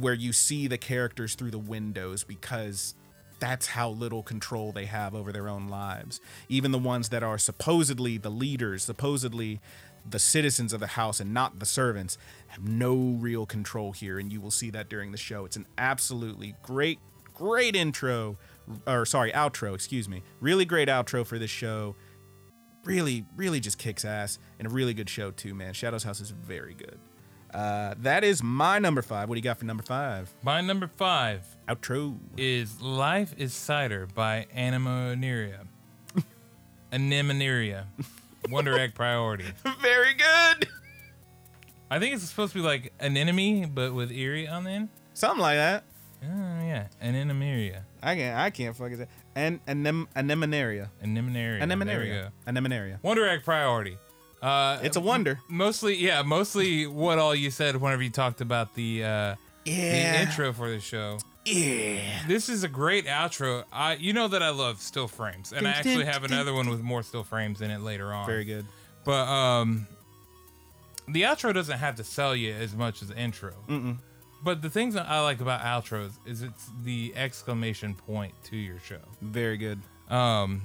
where you see the characters through the windows because that's how little control they have over their own lives. Even the ones that are supposedly the leaders, supposedly the citizens of the house and not the servants, have no real control here. And you will see that during the show. It's an absolutely great, great intro, or sorry, outro, excuse me. Really great outro for this show. Really, really just kicks ass and a really good show, too, man. Shadow's House is very good. Uh, that is my number five. What do you got for number five?
My number five
Outro.
is Life is Cider by Anemoneria. Anemoneria. Wonder Egg Priority.
Very good.
I think it's supposed to be like anemone, but with eerie on the end.
Something like that.
Oh, yeah. Anemoneria.
I can't. I can't fucking say. And anem anemonaria.
Anemoneria. There we
Anemonaria.
go.
Anemonaria.
Wonder Egg Priority. Uh,
It's a wonder.
mostly, yeah, mostly what all you said whenever you talked about the uh, the intro for the show.
Yeah.
This is a great outro. I, you know that I love still frames, and I actually have another one with more still frames in it later on.
Very good.
But um, the outro doesn't have to sell you as much as the intro. Mm-mm. But the things that I like about outros is it's the exclamation point to your show.
Very good.
Um,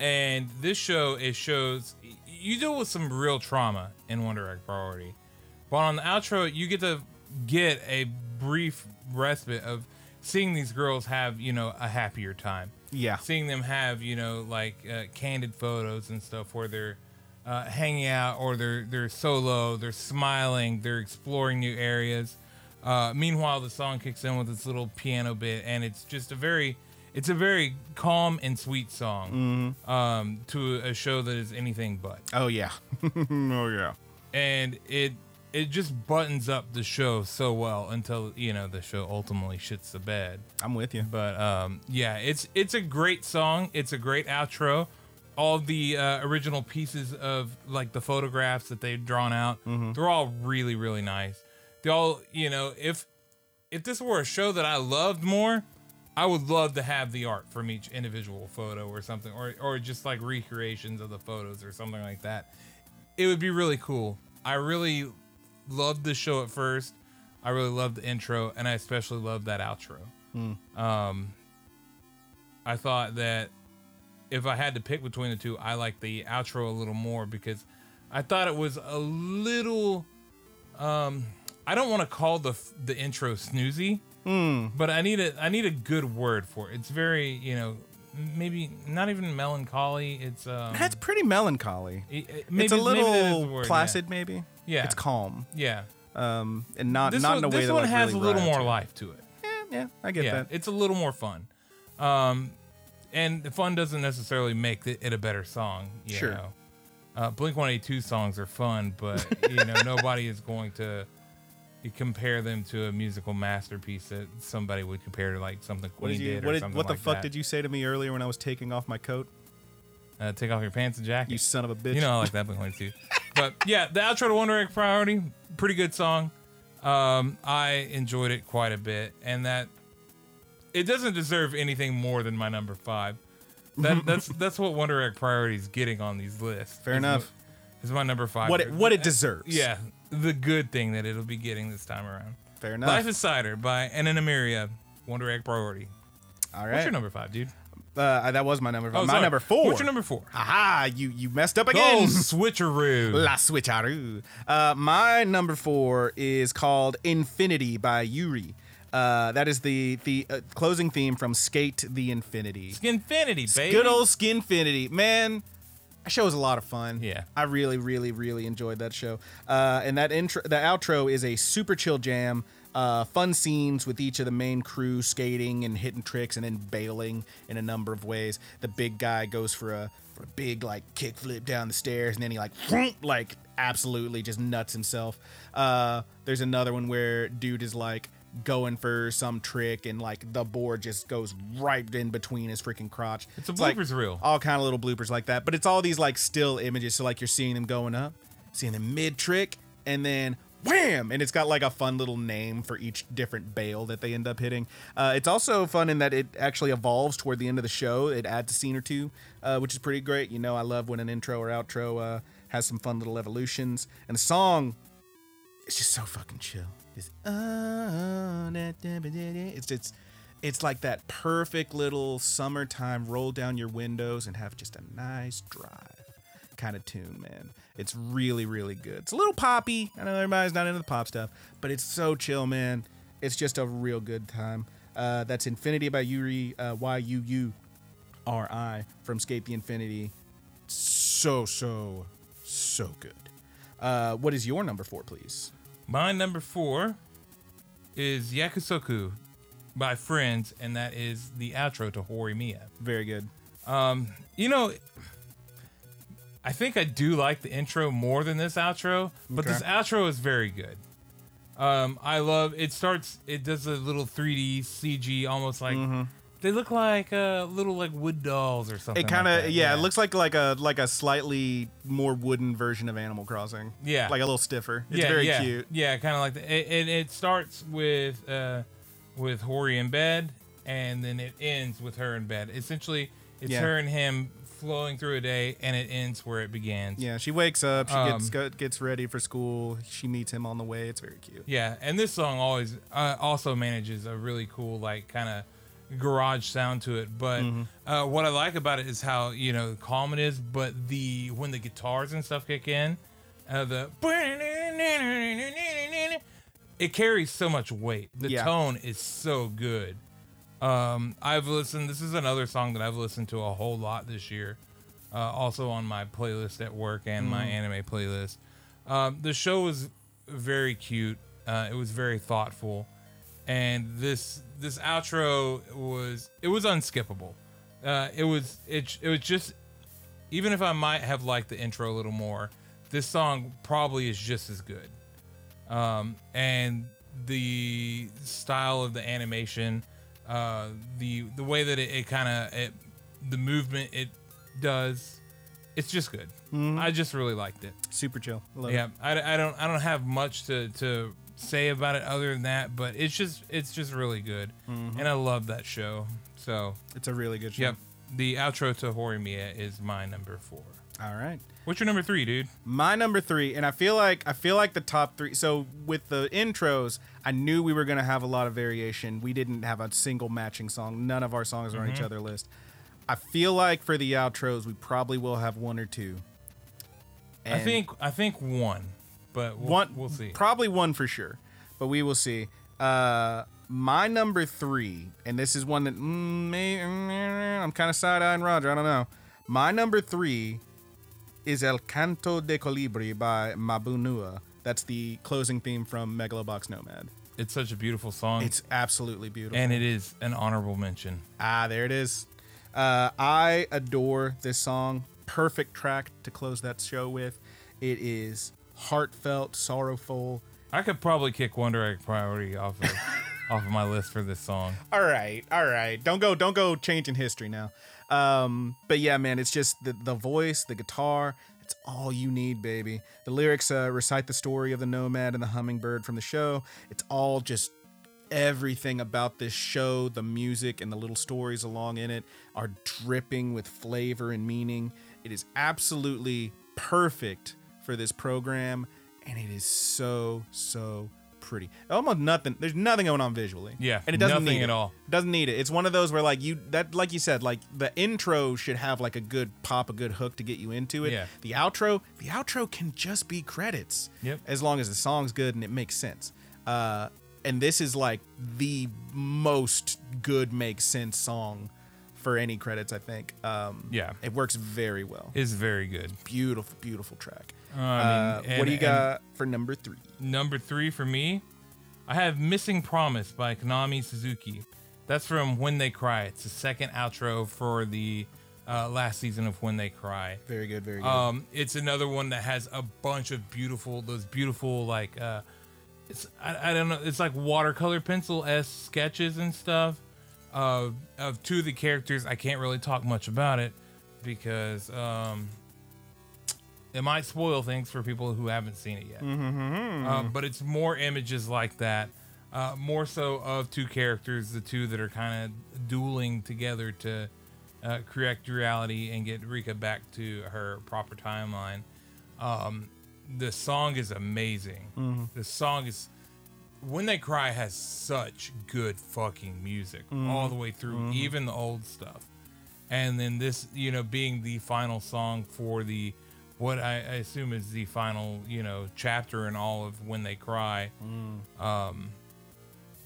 and this show it shows you deal with some real trauma in Wonder Egg Priority, but on the outro you get to get a brief respite of seeing these girls have you know a happier time
Yeah.
seeing them have you know like uh, candid photos and stuff where they're uh, hanging out or they're they're solo they're smiling they're exploring new areas uh, meanwhile the song kicks in with its little piano bit and it's just a very it's a very calm and sweet song um, to a show that is anything but
Oh yeah. oh yeah.
and it it just buttons up the show so well until you know the show ultimately shits the bed
I'm with you.
but um, yeah, it's it's a great song. It's a great outro. All the uh, original pieces of like the photographs that they've drawn out, they're all really really nice. They all, you know, if if this were a show that I loved more, I would love to have the art from each individual photo or something, or or just like recreations of the photos or something like that. It would be really cool. I really loved the show at first. I really loved the intro, and I especially loved that outro. Um, I thought that if I had to pick between the two, I like the outro a little more because I thought it was a little. Um, I don't want to call the f- the intro snoozy,
Hmm.
but I need a I need a good word for it. It's very you know maybe not even melancholy. It's um,
That's pretty melancholy.
it- it- maybe-
it's a
maybe that is the
little
word, yeah.
placid, maybe.
Yeah.
It's calm.
Yeah,
Um, and not
this
not
one,
in a way
this
that
one
like,
has
really
a little
riots
more
you.
life to it.
Yeah, yeah. I get
yeah,
that.
it's a little more fun. Um, and the fun doesn't necessarily make it it a better song. You
Sure.
Know? Uh, Blink 182 songs are fun, but you know nobody is going to you compare them to a musical masterpiece that somebody would compare to like something Queen
What did you?
did or
What, did,
something
what the
like
fuck
that.
did you say to me earlier when I was taking off my coat?
uh, take off your pants and jacket?
You son of a bitch.
You know, I like that Blink 182. but yeah, the outro to Wonder Egg Priority, pretty good song. Um, I enjoyed it quite a bit, and that it doesn't deserve anything more than my number five. That, that's that's what Wonder Egg Priority is getting on these lists.
Fair enough.
Is my number five.
What it what it deserves.
Yeah, the good thing that it'll be getting this time around.
Fair enough.
Life is Cider by Ananamiria, Wonder Egg Priority.
All
What's
right.
your number five, dude?
Uh, that was my number.
Oh,
five. my
sorry.
number four.
What's your number four?
Aha! You you messed up
Oh,
again.
switcheroo.
La Switcheroo. Uh, my number four is called Infinity by Yuri. Uh, that is the the uh, closing theme from Skate the Infinity.
Infinity, baby.
Good old Skinfinity, man. That show was a lot of fun.
Yeah.
I really, really, really enjoyed that show. Uh, and that intro, the outro is a super chill jam. Uh, fun scenes with each of the main crew skating and hitting tricks and then bailing in a number of ways. The big guy goes for a for a big like kickflip down the stairs and then he like like absolutely just nuts himself. Uh, there's another one where dude is like going for some trick and like the board just goes right in between his freaking crotch.
It's a
like,
bloopers reel.
all kind of little bloopers like that. But it's all these like still images. So like you're seeing them going up, seeing them mid trick, and then wham! And it's got like a fun little name for each different bail that they end up hitting. Uh, it's also fun in that it actually evolves toward the end of the show. It adds a scene or two, uh, which is pretty great. You know, I love when an intro or outro uh, has some fun little evolutions. And the song it's just so fucking chill. It's "Oh, da, da, ba, da, da." it's it's it's like that perfect little summertime roll down your windows and have just a nice drive kind of tune, man. It's really really good. It's a little poppy. I know everybody's not into the pop stuff, but it's so chill, man. It's just a real good time. Uh, that's Infinity by Yuri uh, Y U U R I from Skate the Infinity. So so so good. Uh, what is your number four, please?
My number four is Yakusoku by Friends, and that is the outro to Hori Mia.
Very good.
You know, I think I do like the intro more than this outro, but
Okay.
this outro is very good. Um, I love it. Starts it does a little 3D CG, almost like
Mm-hmm.
they look like uh, little like wood dolls or something.
It kind of
like that.
yeah, It looks like like a like a slightly more wooden version of Animal Crossing.
Yeah.
like a little stiffer. It's very
yeah.
cute.
Yeah, kind of like that. It, it, it starts with uh, with Hori in bed, and then it ends with her in bed. Essentially, it's
Yeah.
her and him flowing through a day, and it ends where it begins.
Yeah, she wakes up. She
Um,
gets go- gets ready for school. She meets him on the way. It's very cute.
Yeah, and this song always uh, also manages a really cool like kind of garage sound to it. But
Mm-hmm.
uh, what I like about it is how you know calm it is, but the when the guitars and stuff kick in, uh, the it carries so much weight. The
Yeah.
tone is so good. Um, I've listened. This is another song that I've listened to a whole lot this year. Uh, also on my playlist at work and my anime playlist. Um, the show was very cute. Uh, it was very thoughtful, and this this outro was it was unskippable. Uh, it was it it was just even if I might have liked the intro a little more, this song probably is just as good. Um, and the style of the animation, uh, the the way that it, it kind of it the movement it does, it's just good. I just really liked it.
Super chill. Mm-hmm. Love it.
Yeah, I, I don't I don't have much to, to say about it other than that, but it's just it's just really good,
Mm-hmm.
and I love that show. So
It's a really good show.
yep, the outro to Horimiya is my number four.
All right.
What's your number three, dude?
My number three, and I feel like I feel like the top three. So with the intros, I knew we were gonna have a lot of variation. We didn't have a single matching song. None of our songs are on
Mm-hmm.
each other list. I feel like for the outros, we probably will have one or two.
I
And-
think I think one, but we'll,
one
we'll see.
probably one for sure but we will see uh my number three and this is one that mm, may, mm, i'm kind of side-eyeing roger i don't know my number three is el canto de colibri by mabunua that's the closing theme from megalobox nomad
it's such a beautiful song,
it's absolutely beautiful
and it is an honorable mention.
Ah, there it is. Uh, I adore this song. Perfect track to close that show with. It is heartfelt, sorrowful.
I could probably kick Wonder Egg Priority off of off of my list for this song.
All right, all right. Don't go, don't go changing history now. Um, but yeah, man, it's just the the voice, the guitar. It's all you need, baby. The lyrics uh, recite the story of the nomad and the hummingbird from the show. It's all just everything about this show, the music and the little stories along in it are dripping with flavor and meaning. It is absolutely perfect for this program, and it is so, so pretty. Almost nothing. There's nothing going on visually.
Yeah,
and it doesn't
nothing
need
at
it.
all.
It doesn't need it. It's one of those where like you that like you said like the intro should have like a good pop, a good hook to get you into it.
Yeah.
The outro, the outro can just be credits.
Yep.
As long as the song's good and it makes sense. Uh, and this is like the most good makes sense song for any credits. I think. Um,
Yeah.
It works very well.
It's very good.
beautiful, beautiful track.
I mean,
Uh, what
and-
do you got for number three?
Number three for me, I have Missing Promise by Konami Suzuki. That's from When They Cry. It's the second outro for the uh, last season of When They Cry.
Very good. Very good.
Um, it's another one that has a bunch of beautiful, those beautiful like, uh, it's I, I don't know, it's like watercolor pencil s sketches and stuff of of two of the characters. I can't really talk much about it because um, it might spoil things for people who haven't seen it yet. Um, but it's more images like that, uh, more so of two characters, the two that are kind of dueling together to uh, correct reality and get Rika back to her proper timeline. Um, the song is amazing. The song is. When They Cry has such good fucking music all the way through, even the old stuff. And then this, you know, being the final song for the what I, I assume is the final, you know, chapter in all of When They Cry. Um,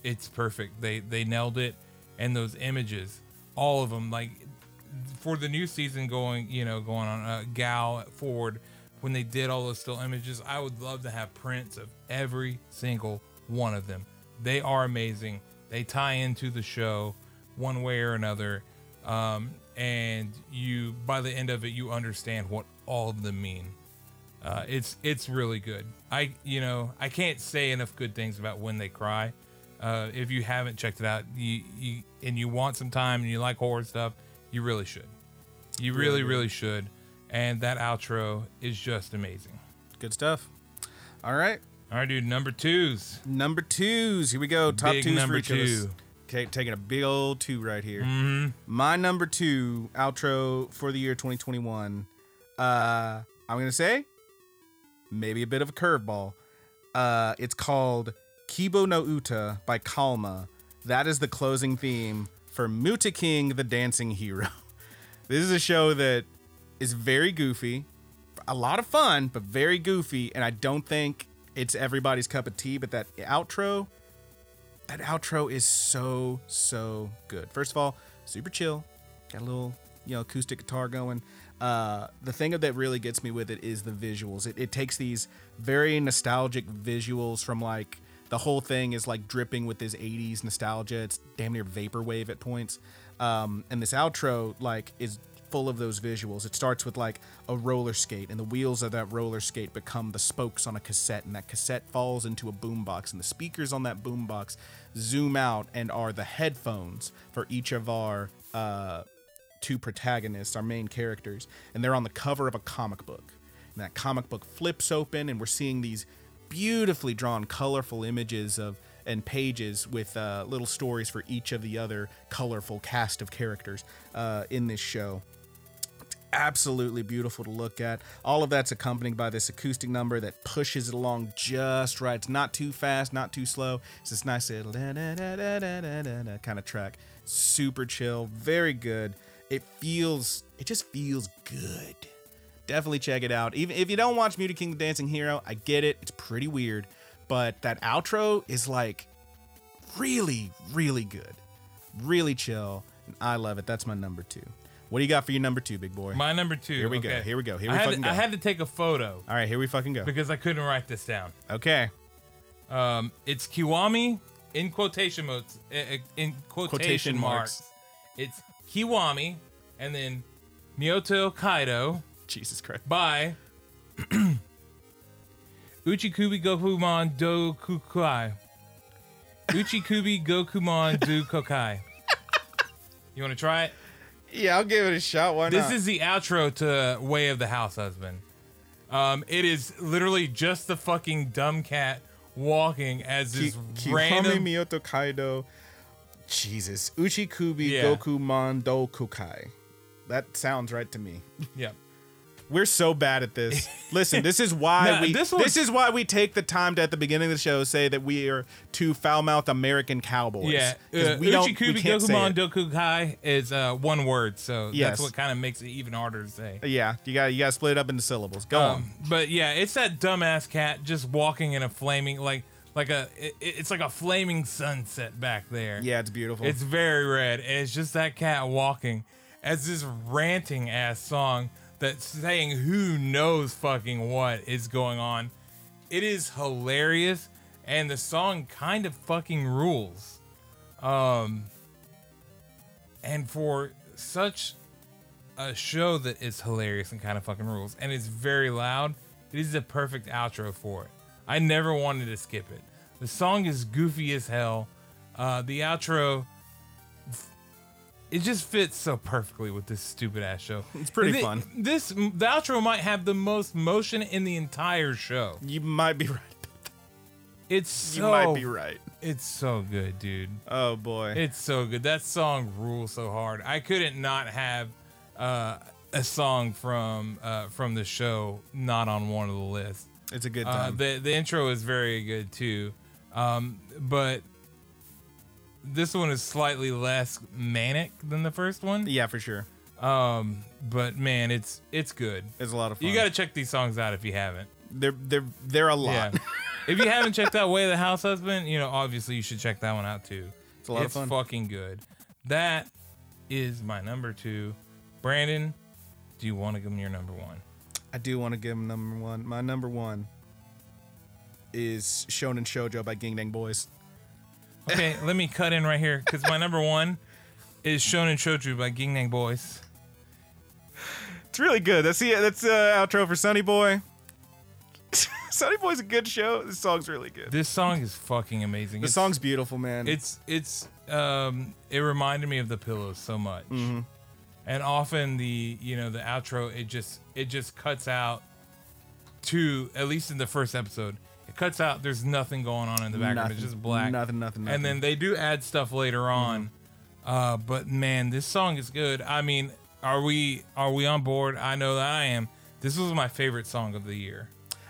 it's perfect. They they nailed it, and those images, all of them, like for the new season going, you know, going on uh, Gal Ford, when they did all those still images, I would love to have prints of every single one of them. They are amazing. They tie into the show one way or another, um, and you by the end of it, you understand what all of them mean. Uh, it's it's really good. I you know I can't say enough good things about When They Cry. Uh, if you haven't checked it out, you, you and you want some time and you like horror stuff, you really should. You really really should. And that outro is just amazing.
good stuff. All right.
All right, dude. Number twos.
Number twos. Here we go. Top
Big
twos
number
for each of us.
two. Mm-hmm.
Ta- taking a big old two right here. My number two outro for the year 2021. Uh, I'm gonna say maybe a bit of a curveball. Uh, it's called Kibo no Uta by Kalma. That is the closing theme for Muta King, the Dancing Hero. This is a show that is very goofy, a lot of fun, but very goofy. And I don't think it's everybody's cup of tea, but that outro, that outro is so, so good. First of all, super chill, got a little, you know, acoustic guitar going. Uh, the thing that really gets me with it is the visuals. It, it takes these very nostalgic visuals from like the whole thing is like dripping with this 80s nostalgia. It's damn near vaporwave at points. Um, and this outro, like, is full of those visuals. It starts with like a roller skate, and the wheels of that roller skate become the spokes on a cassette, and that cassette falls into a boombox, and the speakers on that boombox zoom out and are the headphones for each of our uh, two protagonists, our main characters, and they're on the cover of a comic book. And that comic book flips open, and we're seeing these beautifully drawn, colorful images of and pages with uh, little stories for each of the other colorful cast of characters uh, in this show absolutely beautiful to look at. All of that's accompanied by this acoustic number that pushes it along just right. It's not too fast, not too slow. It's this nice little da- da- da- da- da- da- da- da kind of track. Super chill, very good. It feels, it just feels good. Definitely check it out. Even if you don't watch Mutant King the Dancing Hero, I get it. It's pretty weird, but that outro is like really, really good. Really chill. And I love it. That's my number two. What do you got for your number two, big boy?
My number two.
Here we go,
okay.
here we go, here
I
we
had
fucking
to- I
go.
had to take a photo
All right, here we fucking go.
because I couldn't write this down.
Okay.
Um, it's Kiwami in quotation marks. uh, uh, In quotation,
Quotation marks.
marks. It's Kiwami, and then Miyoto Kaido
Jesus Christ.
by Uchikubi Gokumon Do Kukai. Uchikubi Gokumon Do Kokai. You want to try it?
Yeah, I'll give it a shot. Why
This is the outro to Way of the House Husband. Um, it is literally just the fucking dumb cat walking as
Ki-
this
Kihome
random
Miyoto Kaido. Jesus. Uchikubi
Yeah.
Goku Mondo Kukai. That sounds right to me.
yeah.
We're so bad at this. Listen, this is why
Nah,
we
this
this,
one-
is why we take the time to at the beginning of the show say that we are two foul mouthed American cowboys.
Yeah,
'Cause
uh,
we don't we
Uchikubi
can't say
Gokumon
it.
Dokukai is uh, one word, so
Yes.
that's what kind of makes it even harder to say.
Yeah, you got you got to split it up into syllables. Go
Um, but yeah, it's that dumbass cat just walking in a flaming like like a it, it's like a flaming sunset back there.
on. Yeah, it's beautiful.
It's very red. And it's just that cat walking as this ranting ass song that's saying who knows fucking what is going on. It is hilarious and the song kind of fucking rules. Um and for such a show that is hilarious and kind of fucking rules and it's very loud, it is the perfect outro for it. I never wanted to skip it. The song is goofy as hell. Uh, the outro, it just fits so perfectly with this stupid ass show. It's
pretty fun.
This the outro might have the most motion in the entire show.
you might be right.
It's
You
so
might be right.
it's so good, dude.
Oh boy.
It's so good. That song rules so hard. I couldn't not have uh, a song from uh, from the show not on one of the lists.
it's a good
Uh,
time.
the the intro is very good too, um, but this one is slightly less manic than the first one.
yeah, for sure.
Um, but man, it's it's good.
It's a lot of fun.
You got to check these songs out if you haven't.
they're they're they're a lot.
Yeah. if you haven't checked out Way of the House Husband, you know, obviously you should check that one out too.
It's a lot of fun.
fucking good. That is my number two. Brandon, do you want to give him your number one?
I do want to give him number one. My number one is Shonen Shoujo by Ging Dang Boys.
Okay, let me cut in right here because my number one is Shonen Shoujo by Gingnang Boys.
It's really good. That's the that's the outro for Sunny Boy. Sunny Boy's a good show. This song's really good.
This song is fucking amazing.
The
It's-
song's beautiful, man.
it's it's um it reminded me of the pillows so much
Mm-hmm.
and often the you know the outro it just it just cuts out to at least in the first episode it cuts out there's nothing going on in the background it's
Nothing.
just black
Nothing, Mm-hmm. nothing, nothing.
and then they do add stuff later on uh but man this song is good i mean are we are we on board i know that i am this was my favorite song of the year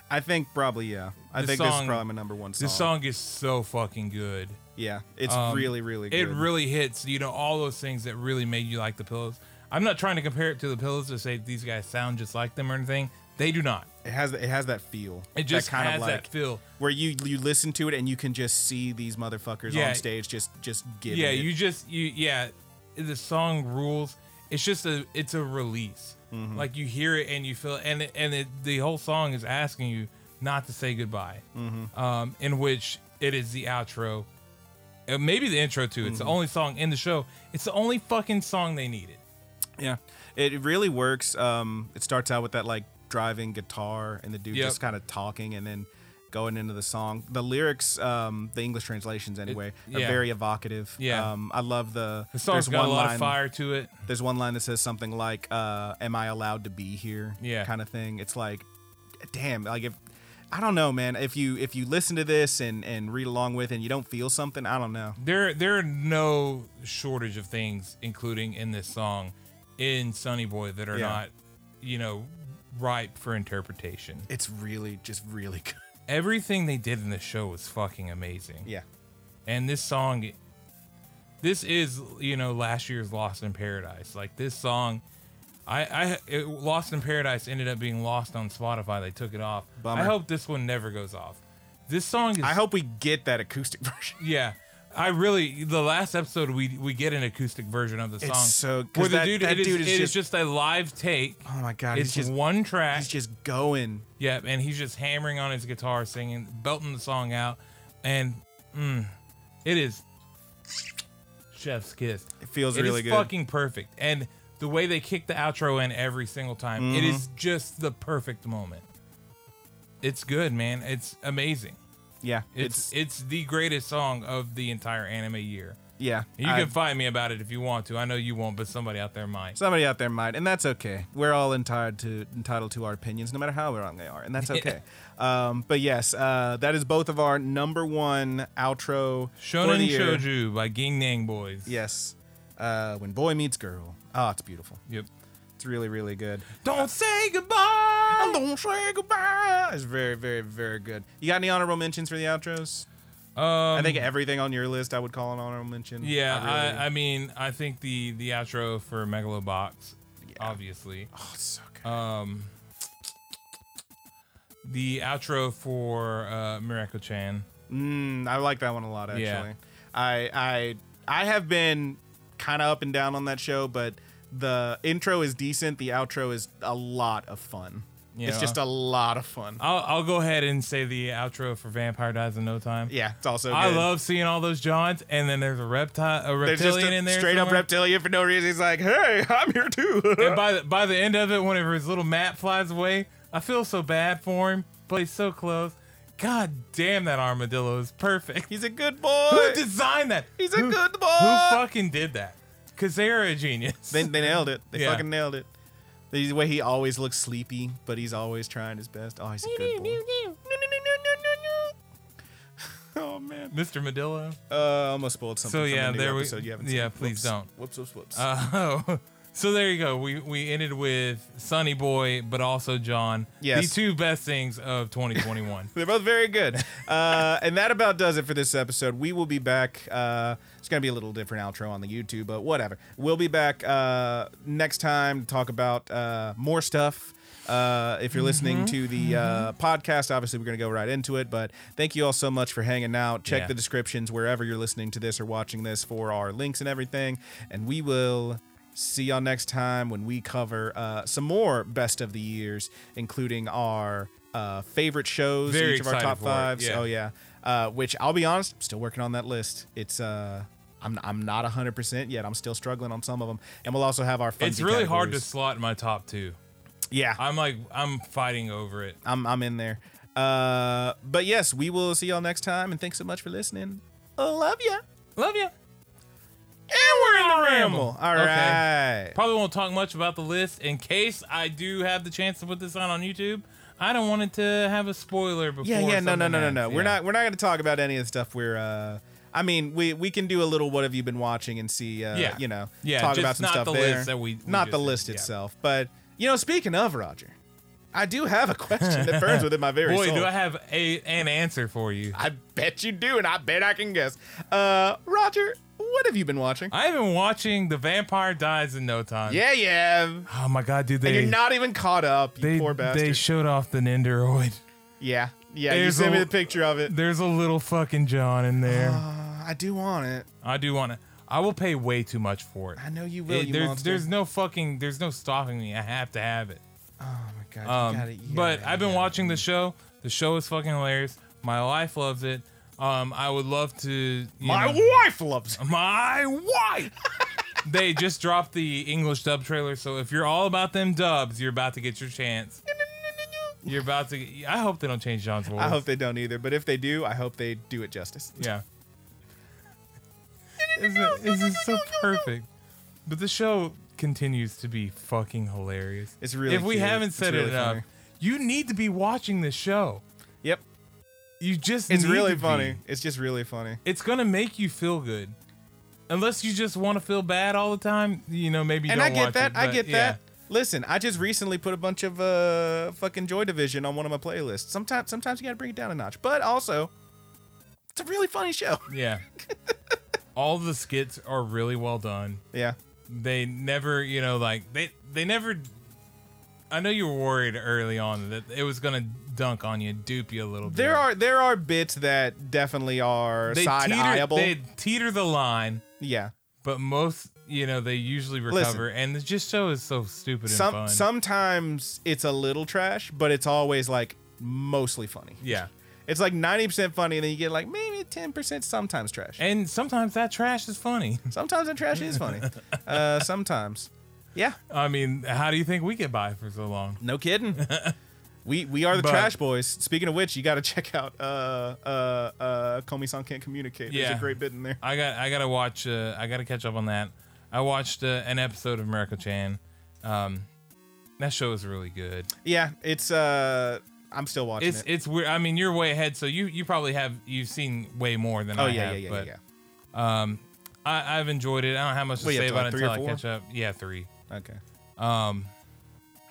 I think probably yeah. I
This
think this
song-
is probably my number one song.
this song is so fucking good
yeah, it's really really good.
it really hits you know all those things that really made you like the pillows i'm not trying to compare it to the pillows to say these guys sound just like them or anything they do not
it has it has that feel.
it just
that kind
has
of like
that feel
where you you listen to it and you can just see these motherfuckers
Yeah.
on stage just just giving
yeah
it.
you just you yeah the song rules it's just a it's a release
Mm-hmm.
like you hear it and you feel it, and it, and it, the whole song is asking you not to say goodbye
Mm-hmm.
um, in which it is the outro uh, maybe the intro too
Mm-hmm.
it's the only song in the show it's the only fucking song they needed
Yeah, it really works. Um, it starts out with that like driving guitar and the dude
Yep.
just kind of talking and then going into the song. The lyrics, um, the English translations anyway,
yeah.
are very evocative.
Yeah.
um, I love the.
the song's
there's
got a
one
lot
line.
of fire to it
There's one line that says something like, uh, "Am I allowed to be here?"
Yeah.
kind of thing. It's like, damn, like if. I don't know, man. If you if you listen to this and and read along with and you don't feel something, I don't know.
There, there are no shortage of things, including in this song, in Sonny Boy that are
Yeah.
not, you know, ripe for interpretation.
It's really just really good.
Everything they did in the show was fucking amazing.
Yeah.
And this song, this is, you know, last year's Lost in Paradise. Like this song, I, I, it, Lost in Paradise ended up being lost on Spotify. They took it off.
Bummer.
I hope this one never goes off. This song is
I hope we get that acoustic version.
Yeah. I really the last episode we we get an acoustic version of the song.
so- 'cause
where the
that-
dude,
that
it is-
dude is
it is
just-
just a live take.
Oh my god,
it's
he's just
one track.
he's just going.
yeah, and he's just hammering on his guitar, singing, belting the song out, and mm, it is chef's kiss.
It feels
It
really
is
good.
fucking perfect, and the way they kick the outro in every single time, it is
Mm-hmm.
just the perfect moment. It's good, man. It's amazing.
yeah,
It's, it's the greatest song of the entire anime year.
yeah.
You
I-
can fight me about it if you want to. I know you won't, but somebody out there might.
somebody out there might, and that's okay. We're all entitled to entitled to our opinions, no matter how wrong they are, and that's okay. um, but yes, uh, that is both of our number one outro for the
Shonen
year.
Shouju by Ging Nang Boys.
Yes, uh, when boy meets girl. Oh, it's beautiful.
Yep.
It's really, really good.
Don't say goodbye.
Don't say goodbye. It's very, very, very good. You got any honorable mentions for the outros?
Um,
I think everything on your list I would call an honorable mention.
Yeah, I,
really-
I mean, I think the the outro for Megalobox, obviously.
oh, it's so good.
Um, the outro for uh, Miracle Chan.
Mm, I like that one a lot actually.
Yeah.
I I I have been kind of up and down on that show, but the intro is decent. The outro is a lot of fun. It's
Yeah.
just a lot of fun.
I'll, I'll go ahead and say the outro for Vampire Dies in No Time.
yeah, it's also.
I
good.
love seeing all those Johns, and then there's a reptile, a
There's just
reptilian
a
in there.
straight up
somewhere.
reptilian for no reason. He's like, hey, I'm here too.
And by the, by the end of it, whenever his little mat flies away, I feel so bad for him, but he's so close. God damn, that armadillo is perfect.
He's a good boy.
Who designed that?
He's a
Who-
good boy.
Who fucking did that? Because they are a genius.
They, they nailed it. They
Yeah.
fucking nailed it. The way he always looks sleepy, but he's always trying his best. Oh, he's a good boy. oh man.
Mr. Medillo.
Uh, I almost spoiled something.
So
from
yeah,
the new
there we.
episode you haven't seen.
yeah, please don't.
Whoops, whoops, whoops.
Uh, so there you go. We we ended with Sonny Boy, but also John.
Yes.
The two best things of 2021.
They're both very good. Uh, and that about does it for this episode. We will be back. Uh, it's going to be a little different outro on the YouTube, but whatever. We'll be back uh, next time to talk about uh, more stuff. Uh, if you're listening to the uh, podcast, obviously we're going to go right into it. But thank you all so much for hanging out. Check
Yeah.
the descriptions wherever you're listening to this or watching this for our links and everything. And we will see y'all next time when we cover uh, some more best of the years, including our uh, favorite shows
Very
each of our
excited
top
for it,
fives.
yeah.
Oh yeah. Uh, which I'll be honest, I'm still working on that list. It's uh, I'm I'm not hundred percent yet. I'm still struggling on some of them, and we'll also have our. Funzy
it's really hard to
categories.
slot my top two.
Yeah,
I'm like I'm fighting over it.
I'm I'm in there. Uh, but yes, we will see y'all next time, and thanks so much for listening. Love ya.
Love you.
And we're in the
ramble.
All
Okay.
right.
Probably won't talk much about the list in case I do have the chance to put this on on YouTube. I don't want it to have a spoiler before.
Yeah, yeah, no, no,
something
no, no, no.
ends.
We're
Yeah.
not we're not gonna talk about any of the stuff we're uh I mean we we can do a little what have you been watching and see uh
Yeah.
you know
Yeah,
talk
just
about some
not
stuff
the
there.
list that we- we
not the
just did,
list
yeah.
itself. But you know, speaking of Roger, I do have a question that burns within my very
Boy,
soul.
do I have a an answer for you.
I bet you do, and I bet I can guess. Uh Roger, what have you been watching?
I've been watching The Vampire Dies in No Time.
yeah, yeah.
Oh my god, dude, they
and you're not even caught up, you
they
poor
they
bastard.
showed off the Nendoroid.
yeah. Yeah, you
There's
sent me
a-
the picture of it.
There's a little fucking John in there.
Uh, I do want it.
I do want to. I will pay way too much for it.
I know you will,
It-
you
there's
monster.
there's no fucking there's no stopping me. I have to have it.
Oh my god, you
Um,
got it. You
but
got it,
I've
you
been
got it.
watching the show. The show is fucking hilarious. My life loves it. Um, I would love to. you
My
know-
wife loves it.
my wife. they just dropped the English dub trailer, so if you're all about them dubs, you're about to get your chance. You're about to. I hope they don't change John's voice.
I hope they don't either, but if they do, I hope they do it justice.
Yeah. Isn't it- This is so perfect. But the show continues to be fucking hilarious.
It's really
If we
cute.
haven't
It's
said
really
it enough,
funny.
you need to be watching this show.
Yep.
You just
It's
need
really
to
funny.
be.
It's just really funny.
It's gonna make you feel good, unless you just want to feel bad all the time. You know, maybe. You
And
don't
I get
watch
that.
it,
I
but
get
yeah.
that. Listen, I just recently put a bunch of uh fucking Joy Division on one of my playlists. Sometimes sometimes you got to bring it down a notch, but also it's a really funny show.
Yeah. All the skits are really well done.
Yeah.
They never, you know, like they they never I know you were worried early on that it was going to dunk on you, dupe you a little bit.
There are there are bits that definitely are
they teeter,
side-eyeable.
they teeter the line,
yeah.
but most, you know, they usually recover and the just show is so stupid
Some
and fun.
sometimes it's a little trash, but it's always like mostly funny.
yeah.
It's like 90% funny, and then you get like maybe 10% sometimes trash.
And sometimes that trash is funny.
Sometimes the trash is funny. Uh, sometimes. Yeah,
I mean, how do you think we get by for so long?
no kidding. We we are the
But-
Trash Boys. Speaking of which, you got to check out uh uh uh Comey San can't communicate. There's
Yeah.
a great bit in there.
I got I gotta watch. Uh, I gotta catch up on that. I watched uh, an episode of Miracle Chan. Um, that show is really good.
Yeah, it's uh I'm still watching
It's
it.
it's weird. I mean, you're way ahead, so you you probably have you've seen way more than
oh
I
yeah,
have.
yeah, yeah, yeah,
but
yeah.
I, I've enjoyed it. I don't have much to
What, you
say
up to,
about
like,
it
three or
until I
four?
catch up. Yeah, three.
Okay. Um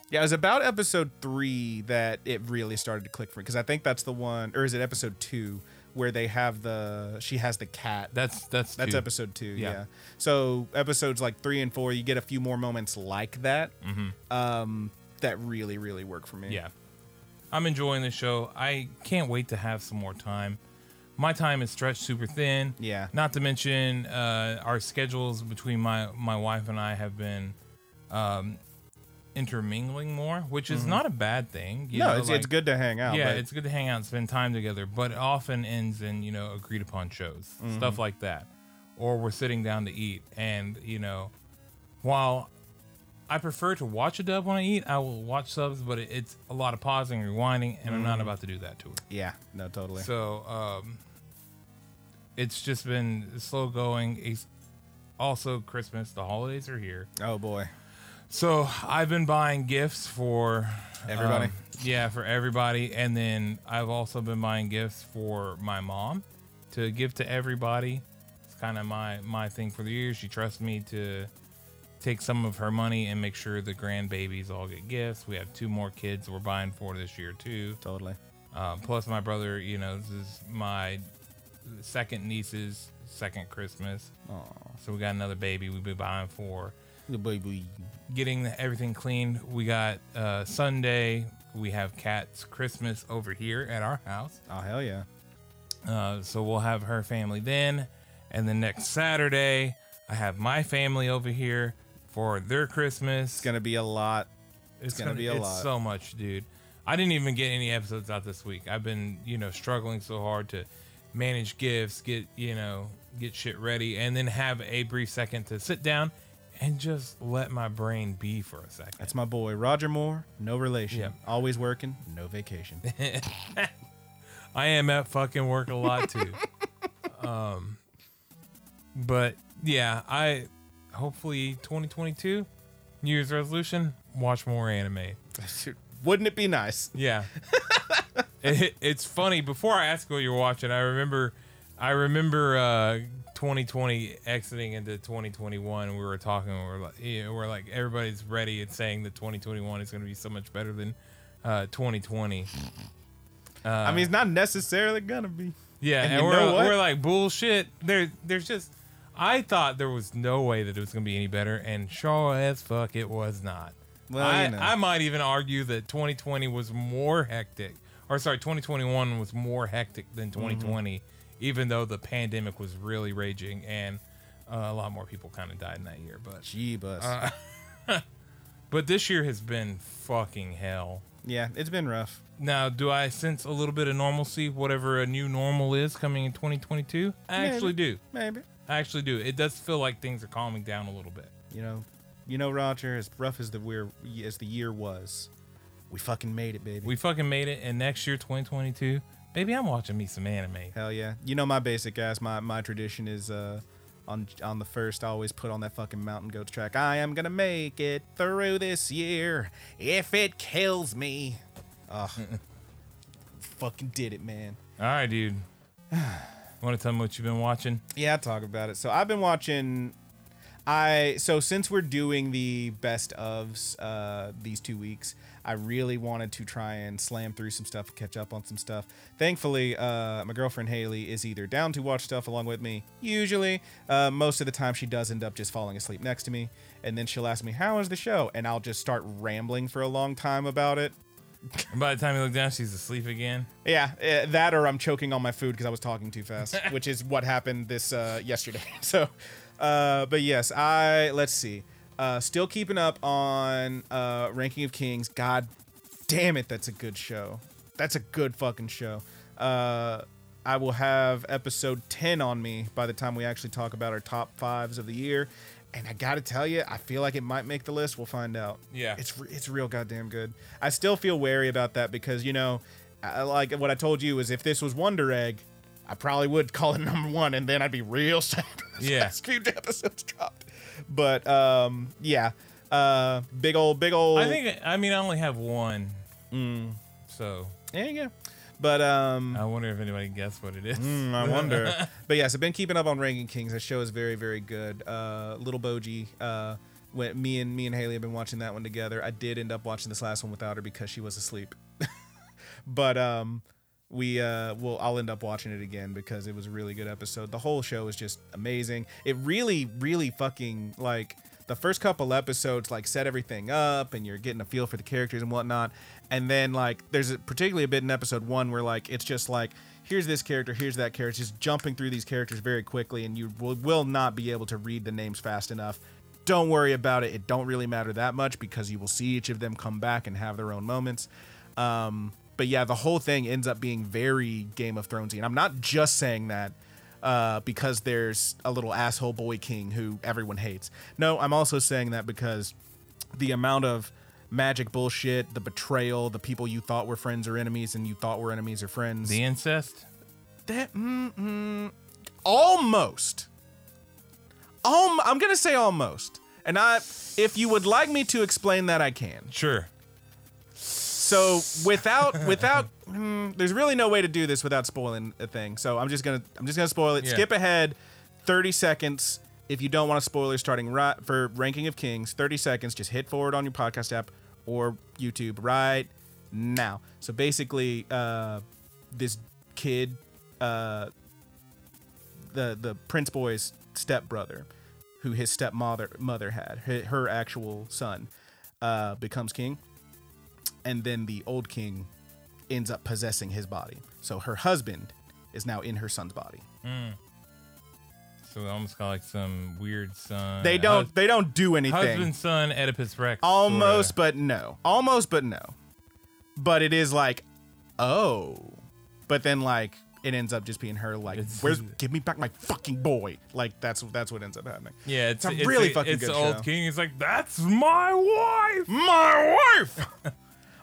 Yeah, it was about episode 3 that it really started to click for me cuz I think that's the one or is it episode 2 where they have the she has the cat.
That's that's
that's
two.
episode 2, yeah.
Yeah.
So episodes like 3 and 4 you get a few more moments like that. Um that really really work for me.
Mm-hmm. Yeah, I'm enjoying the show. I can't wait to have some more time. My time is stretched super thin.
Yeah.
Not to mention uh, our schedules between my my wife and I have been um, intermingling more, which is not a bad thing. you
Mm-hmm. no,
know,
it's, it's
like-
good to hang out.
Yeah,
but-
it's good to hang out and spend time together, but it often ends in, you know, agreed upon shows, stuff like that. Or we're sitting down to eat. And, you know, while I prefer to watch a dub when I eat, I will watch subs, but it, it's a lot of pausing, rewinding, and I'm not about to do that to her.
yeah, no, totally.
So um, it's just been slow going. It's also Christmas, the holidays are here.
oh boy.
So I've been buying gifts for
Everybody.
um, yeah, for everybody, and then I've also been buying gifts for my mom to give to everybody. It's kind of my my thing for the year. She trusts me to take some of her money and make sure the grandbabies all get gifts. We have two more kids we're buying for this year too.
Totally.
Um, plus, my brother, you know, this is my second niece's second Christmas. So we got another baby we've been buying for. Getting the- everything cleaned. We got uh, Sunday. We have Cat's Christmas over here at our house.
Oh hell yeah.
Uh, so we'll have her family then. And then next Saturday, I have my family over here for their Christmas.
It's gonna be a lot.
It's
gonna be a
it's
lot.
So much, dude. I didn't even get any episodes out this week. I've been, you know, struggling so hard to manage gifts, get, you know, get shit ready, and then have a brief second to sit down and just let my brain be for a second.
That's my boy Roger Moore. No relation.
Yeah.
Always working. No vacation.
I am at fucking work a lot too. um, but yeah, I hopefully 2022 New Year's resolution: watch more anime.
Wouldn't it be nice?
Yeah. it, it's funny. Before I asked what you're watching, I remember, I remember uh, 2020 exiting into 2021. We were talking. We were like, you know, we're like everybody's ready and saying that 2021 is going to be so much better than uh, 2020. Uh,
I mean, it's not necessarily gonna be.
Yeah,
And
and,
you
we're
know what?
we're like bullshit. There, there's just. I thought there was no way that it was gonna be any better, and sure as fuck, it was not.
Well,
I,
you know.
I might even argue that 2020 was more hectic, or sorry, 2021 was more hectic than
Mm-hmm.
2020, even though the pandemic was really raging and uh, a lot more people kind of died in that year. But
Gee, bus.
uh, but this year has been fucking hell.
yeah, it's been rough.
Now, do I sense a little bit of normalcy, whatever a new normal is coming in 2022? I actually do.
Maybe.
I actually do. It does feel like things are calming down a little bit.
You know, you know, Roger. As rough as the we're as the year was, we fucking made it, baby.
We fucking made it, and next year, 2022, baby, I'm watching me some anime.
Hell yeah. You know my basic ass. My my tradition is uh on on the first I always put on that fucking mountain goats track. I am gonna make it through this year if it kills me. Ugh. fucking did it, man.
All right, dude. Want to tell me what you've been watching?
Yeah, I'll talk about it. So I've been watching. I so since we're doing the best ofs uh, these two weeks, I really wanted to try and slam through some stuff, catch up on some stuff. Thankfully, uh, my girlfriend Haley is either down to watch stuff along with me. Usually, uh, most of the time she does end up just falling asleep next to me, and then she'll ask me how is the show, and I'll just start rambling for a long time about it.
And by the time you look down, she's asleep again.
Yeah, eh, that or I'm choking on my food because I was talking too fast, which is what happened this uh, yesterday. So, uh, but yes, I let's see. Uh, still keeping up on uh, Ranking of Kings. God damn it, that's a good show. That's a good fucking show. Uh, I will have episode 10 on me by the time we actually talk about our top fives of the year. And I gotta tell you, I feel like it might make the list. We'll find out.
Yeah.
it's re- it's real goddamn good. I still feel wary about that because you know, I, like what I told you is if this was Wonder Egg, I probably would call it number one, and then I'd be real sad. when those
Yeah.
last few episodes dropped. But um, yeah, uh, big old, big old.
I think I mean I only have one.
Mm.
So
Yeah, yeah. But um,
I wonder if anybody can guess what it is.
Mm, I wonder. but yes, I've been keeping up on Ranking Kings. That show is very, very good. Uh, Little Boji, uh, when me and me and Haley have been watching that one together. I did end up watching this last one without her because she was asleep. but um, we uh, will. I'll end up watching it again because it was a really good episode. The whole show is just amazing. It really, really fucking like. The first couple episodes like set everything up, and you're getting a feel for the characters and whatnot. And then like there's a, particularly a bit in episode one where like it's just like here's this character, here's that character, just jumping through these characters very quickly, and you will, will not be able to read the names fast enough. Don't worry about it; it don't really matter that much because you will see each of them come back and have their own moments. Um, but yeah, the whole thing ends up being very Game of Thronesy, and I'm not just saying that uh, because there's a little asshole boy king who everyone hates. No, I'm also saying that because the amount of magic bullshit, the betrayal, the people you thought were friends or enemies, and you thought were enemies or friends.
The incest.
That mm, mm, almost. Um, I'm gonna say almost, and I, if you would like me to explain that, I can.
Sure.
So without without, mm, there's really no way to do this without spoiling a thing. So I'm just gonna I'm just gonna spoil it.
Yeah.
Skip ahead, 30 seconds. If you don't want a spoiler starting right for Ranking of Kings, 30 seconds. Just hit forward on your podcast app or YouTube right now. So basically, uh, this kid uh, the the prince boy's stepbrother who his stepmother mother had her, her actual son uh, becomes king and then the old king ends up possessing his body so her husband is now in her son's body
So they almost got like some weird son.
they don't they don't do anything
Uh, hus- husband son Oedipus Rex.
almost
sorta.
but no almost but no but it is like oh but then like it ends up just being her like
It's-
where's give me back my fucking boy like that's that's what ends up happening
Yeah, it's,
It's a really fucking
it's
good
the old
show.
king. He's like, that's my wife.
My wife!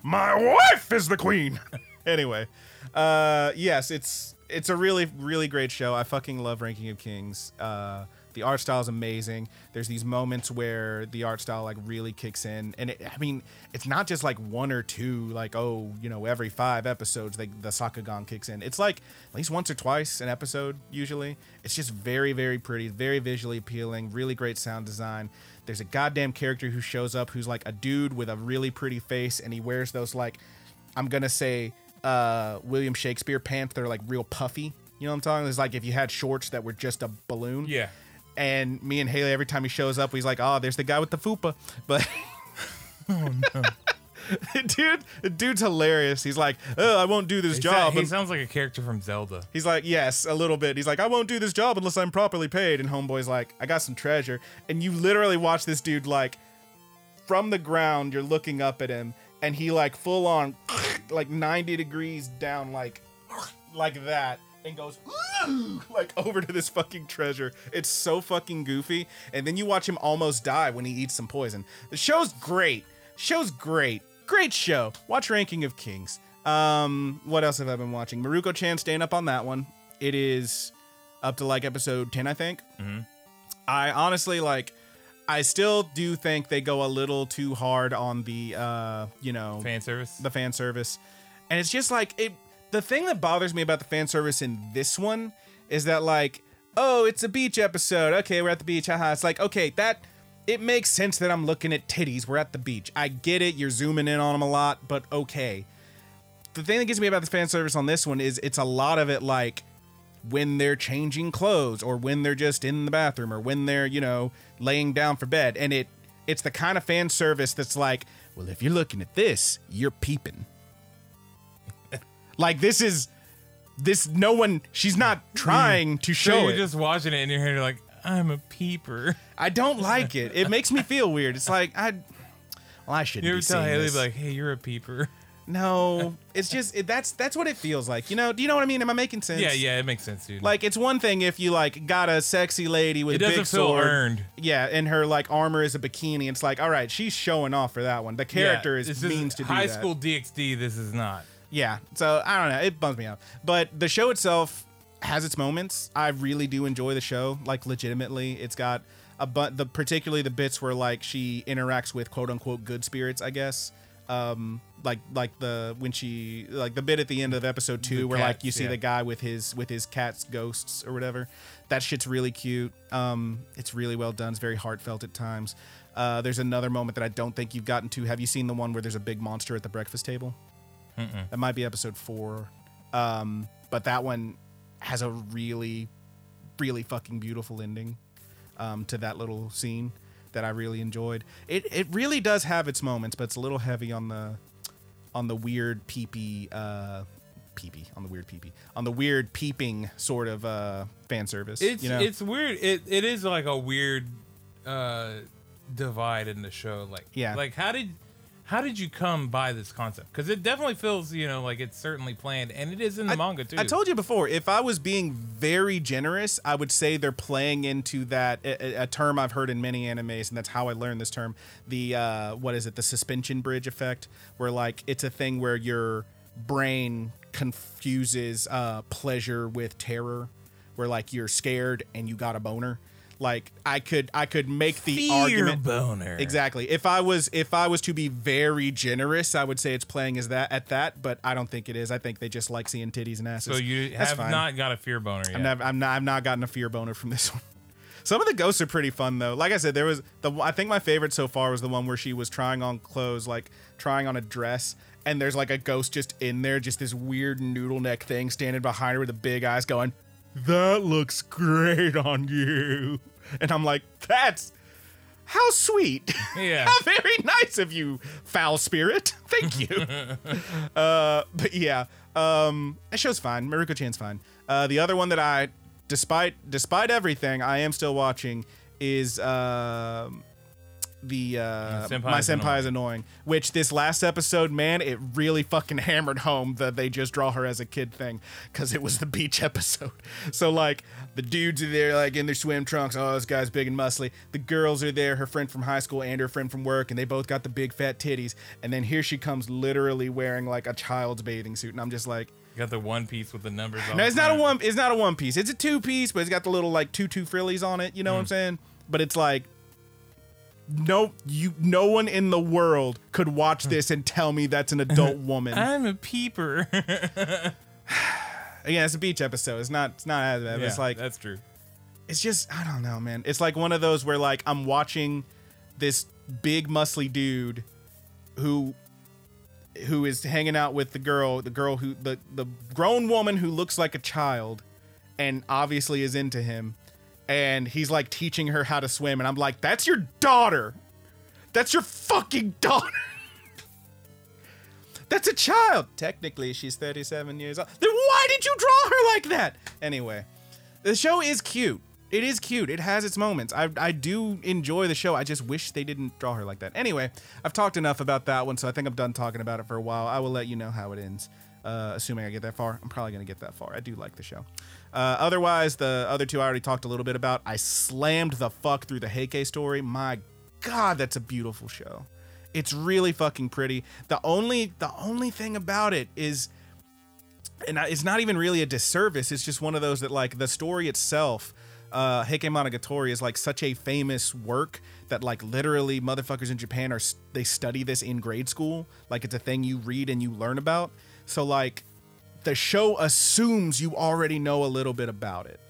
My wife is the queen! anyway, uh, yes, it's it's a really, really great show. I fucking love Ranking of Kings. Uh, the art style is amazing. There's these moments where the art style like really kicks in, and it, I mean, it's not just like one or two, like oh, you know, every five episodes they, the Sakugan kicks in. It's like at least once or twice an episode usually. It's just very, very pretty, very visually appealing, really great sound design. There's a goddamn character who shows up who's like a dude with a really pretty face, and he wears those like I'm gonna say uh, William Shakespeare pants. They're like real puffy. You know what I'm talking? It's like if you had shorts that were just a balloon.
Yeah.
And me and Haley, every time he shows up, he's like, "Oh, there's the guy with the fupa," but. dude, the dude's hilarious. He's like, "Oh, I won't do this
He, sa-
job."
he
un-"
sounds like a character from Zelda.
He's like, yes, a little bit. He's like, I won't do this job unless I'm properly paid. And Homeboy's like, I got some treasure. And you literally watch this dude, like, from the ground, you're looking up at him, and he, like, full on, like, 90 degrees down, like, like that, and goes, "Ooh," like, over to this fucking treasure. It's so fucking goofy. And then you watch him almost die when he eats some poison. The show's great. Show's great. Great show. Watch Ranking of Kings. Um, what else have I been watching? Maruko Chan staying up on that one. It is up to like episode 10, I think. I honestly like I still do think they go a little too hard on the uh, you know,
Fan service.
the fan service. And it's just like it the thing that bothers me about the fan service in this one is that like, oh, it's a beach episode. Okay, we're at the beach. Haha. It's like, okay, that it makes sense that I'm looking at titties. We're at the beach. I get it. You're zooming in on them a lot, but okay. The thing that gets me about the fan service on this one is it's a lot of it like when they're changing clothes or when they're just in the bathroom or when they're you know laying down for bed and it it's the kind of fan service that's like well if you're looking at this you're peeping like this is this no one she's not trying to
so
show
you're
it
just watching it and you're here like, I'm a peeper.
i don't like it it makes me feel weird it's like i well i shouldn't
You ever
be
tell
seeing
Haley
this.
be like, hey, you're a peeper.
No, it's just it, that's that's what it feels like. You know? Do you know what I mean? Am I making sense?
Yeah, yeah, it makes sense, dude.
Like it's one thing if you like got a sexy lady with
it
a big
doesn't feel
sword.
earned.
Yeah, and her like armor is a bikini. It's like, all right, she's showing off for that one. The
Yeah,
character is
this
means to do
high
that.
school DxD. This is not.
Yeah. So I don't know. It bums me out. But the show itself has its moments. I really do enjoy the show. Like legitimately, it's got a but the particularly the bits where like she interacts with quote unquote good spirits. I guess. Um, like like the when she like the bit at the end of episode two where like
cats,
you see
yeah.
the guy with his with his cat's ghosts or whatever. That shit's really cute. Um, it's really well done. It's very heartfelt at times. Uh, there's another moment that I don't think you've gotten to. Have you seen the one where there's a big monster at the breakfast table?
Mm-hmm.
That might be episode four. Um, but that one has a really, really fucking beautiful ending um, to that little scene that I really enjoyed. It it really does have its moments, but it's a little heavy on the on the weird peepee uh peepee on the weird peepee on the weird peeping sort of uh fan service.
It's
you know?
it's weird. It it is like a weird uh divide in the show. Like
Yeah.
Like how did how did you come by this concept? Because it definitely feels you know like it's certainly planned, and it is in the manga too.
I told you before, if I was being very generous, I would say they're playing into that a, a- a term I've heard in many animes, and that's how I learned this term. The uh, what is it? The suspension bridge effect, where like it's a thing where your brain confuses uh, pleasure with terror, where like you're scared and you got a boner. Like I could I could make the
fear
argument
boner.
Exactly. If I was if I was to be very generous, I would say it's playing as that at that, but I don't think it is. I think they just like seeing titties and asses.
So you
That's
have
fine.
not got a fear boner yet.
I've never- I'm not. I've not gotten a fear boner from this one. Some of the ghosts are pretty fun though. Like I said, there was the I think my favorite so far was the one where she was trying on clothes, like trying on a dress, and there's like a ghost just in there, just this weird noodle neck thing standing behind her with the big eyes, going, "That looks great on you," and I'm like, "That's." How sweet.
Yeah.
How very nice of you, foul spirit. Thank you. Uh, but yeah, um, that show's fine. Maruko Chan's fine. Uh, the other one that I, despite despite everything, I am still watching is uh, the uh,
Senpai
my
is
senpai is annoying. Which this last episode, man, it really fucking hammered home that they just draw her as a kid thing because it was the beach episode. So like the dudes are there like in their swim trunks. Oh, this guy's big and muscly. The girls are there, her friend from high school and her friend from work, and they both got the big fat titties. And then here she comes, literally wearing like a child's bathing suit, and I'm just like.
You got the one piece with the numbers. on
No, it's
the
not a
front.
one. It's not a one piece. It's a two piece, but it's got the little like tutu frillies on it. You know what I'm saying? But it's like, no, you, no one in the world could watch this and tell me that's an adult woman.
I'm a peeper.
Again, it's a beach episode. It's not. It's not as bad. but
Yeah,
it's like
that's true.
it's just I don't know, man. It's like one of those where like I'm watching this big muscly dude who who is hanging out with the girl, the girl who the the grown woman who looks like a child and obviously is into him and he's like teaching her how to swim and I'm like that's your daughter. That's your fucking daughter. That's a child. Technically, she's 37 years old. Then why did you draw her like that? Anyway, the show is cute. It is cute. It has its moments. I, I do enjoy the show. I just wish they didn't draw her like that. Anyway, I've talked enough about that one, so I think I'm done talking about it for a while. I will let you know how it ends. Uh, assuming I get that far, I'm probably going to get that far. I do like the show. Uh, otherwise, the other two I already talked a little bit about. I slammed the fuck through the Heike story. My God, that's a beautiful show. It's really fucking pretty. The only the only thing about it is and I- it's not even really a disservice. It's just one of those that like the story itself. Uh, Heike Monogatari is like such a famous work that like literally motherfuckers in Japan are s- they study this in grade school. Like it's a thing you read and you learn about. So like the show assumes you already know a little bit about it.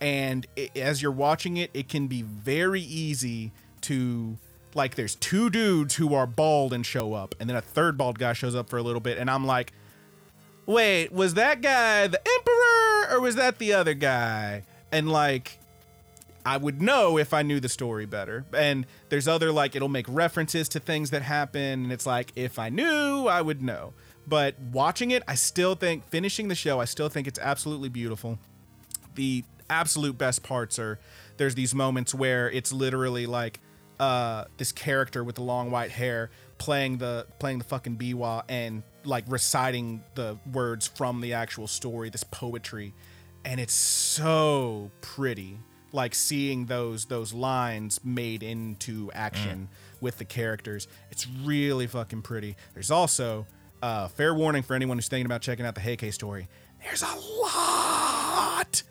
And it, as you're watching it, it can be very easy to like there's two dudes who are bald and show up and then a third bald guy shows up for a little bit and I'm like wait, was that guy the emperor or was that the other guy? And like, I would know if I knew the story better. And there's other, like, it'll make references to things that happen. And it's like, if I knew, I would know. But watching it, I still think, finishing the show, I still think it's absolutely beautiful the absolute best parts are there's these moments where it's literally like uh, this character with the long white hair playing the playing the fucking biwa and like reciting the words from the actual story, this poetry, and it's so pretty. Like seeing those those lines made into action with the characters, it's really fucking pretty. There's also uh, fair warning for anyone who's thinking about checking out the Heike story. There's a lot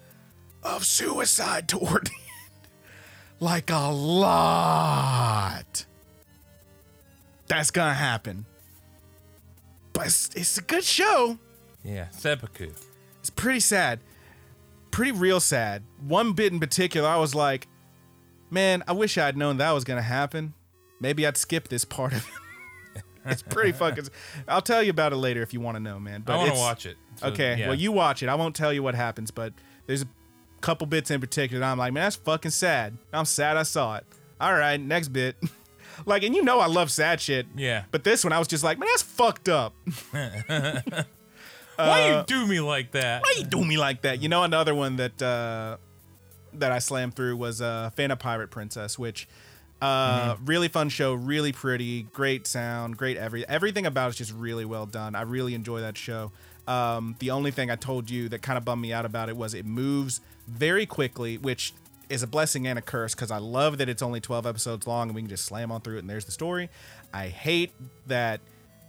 of suicide toward the end. Like a lot. That's gonna happen. But it's, it's a good show.
Yeah, seppuku.
It's pretty sad. Pretty real sad. One bit in particular, I was like, man, I wish I'd known that was gonna happen. Maybe I'd skip this part of it. it's pretty fucking. I'll tell you about it later if you want to know, man. But
I want to
it's-
watch it. So,
okay,
yeah.
well you watch it. I won't tell you what happens, but there's a couple bits in particular that I'm like, man, that's fucking sad. I'm sad I saw it. All right, next bit. like, and you know I love sad shit.
Yeah.
But this one I was just like, man, that's fucked up.
Why you do me like that?
uh, Why you do me like that? You know, another one that uh, that I slammed through was uh, Fanta Pirate Princess, which uh, really fun show, really pretty, great sound, great every everything about it's just really well done. I really enjoy that show. Um, the only thing I told you that kind of bummed me out about it was it moves very quickly, which is a blessing and a curse because I love that it's only 12 episodes long and we can just slam on through it and there's the story. I hate that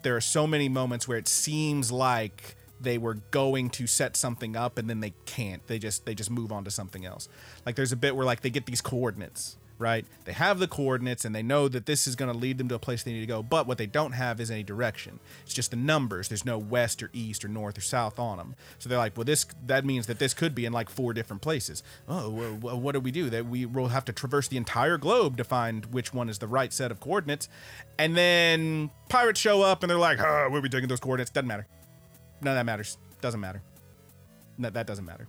there are so many moments where it seems like they were going to set something up and then they can't. They just they just move on to something else. Like there's a bit where like they get these coordinates, right? They have the coordinates and they know that this is going to lead them to a place they need to go, but what they don't have is any direction. It's just the numbers. There's no west or east or north or south on them. So they're like, well this that means that this could be in like four different places. Oh, well, well, what do we do? That we will have to traverse the entire globe to find which one is the right set of coordinates. And then pirates show up and they're like, "Huh, we'll be taking those coordinates. Doesn't matter. None of that matters. Doesn't matter. No, that doesn't matter.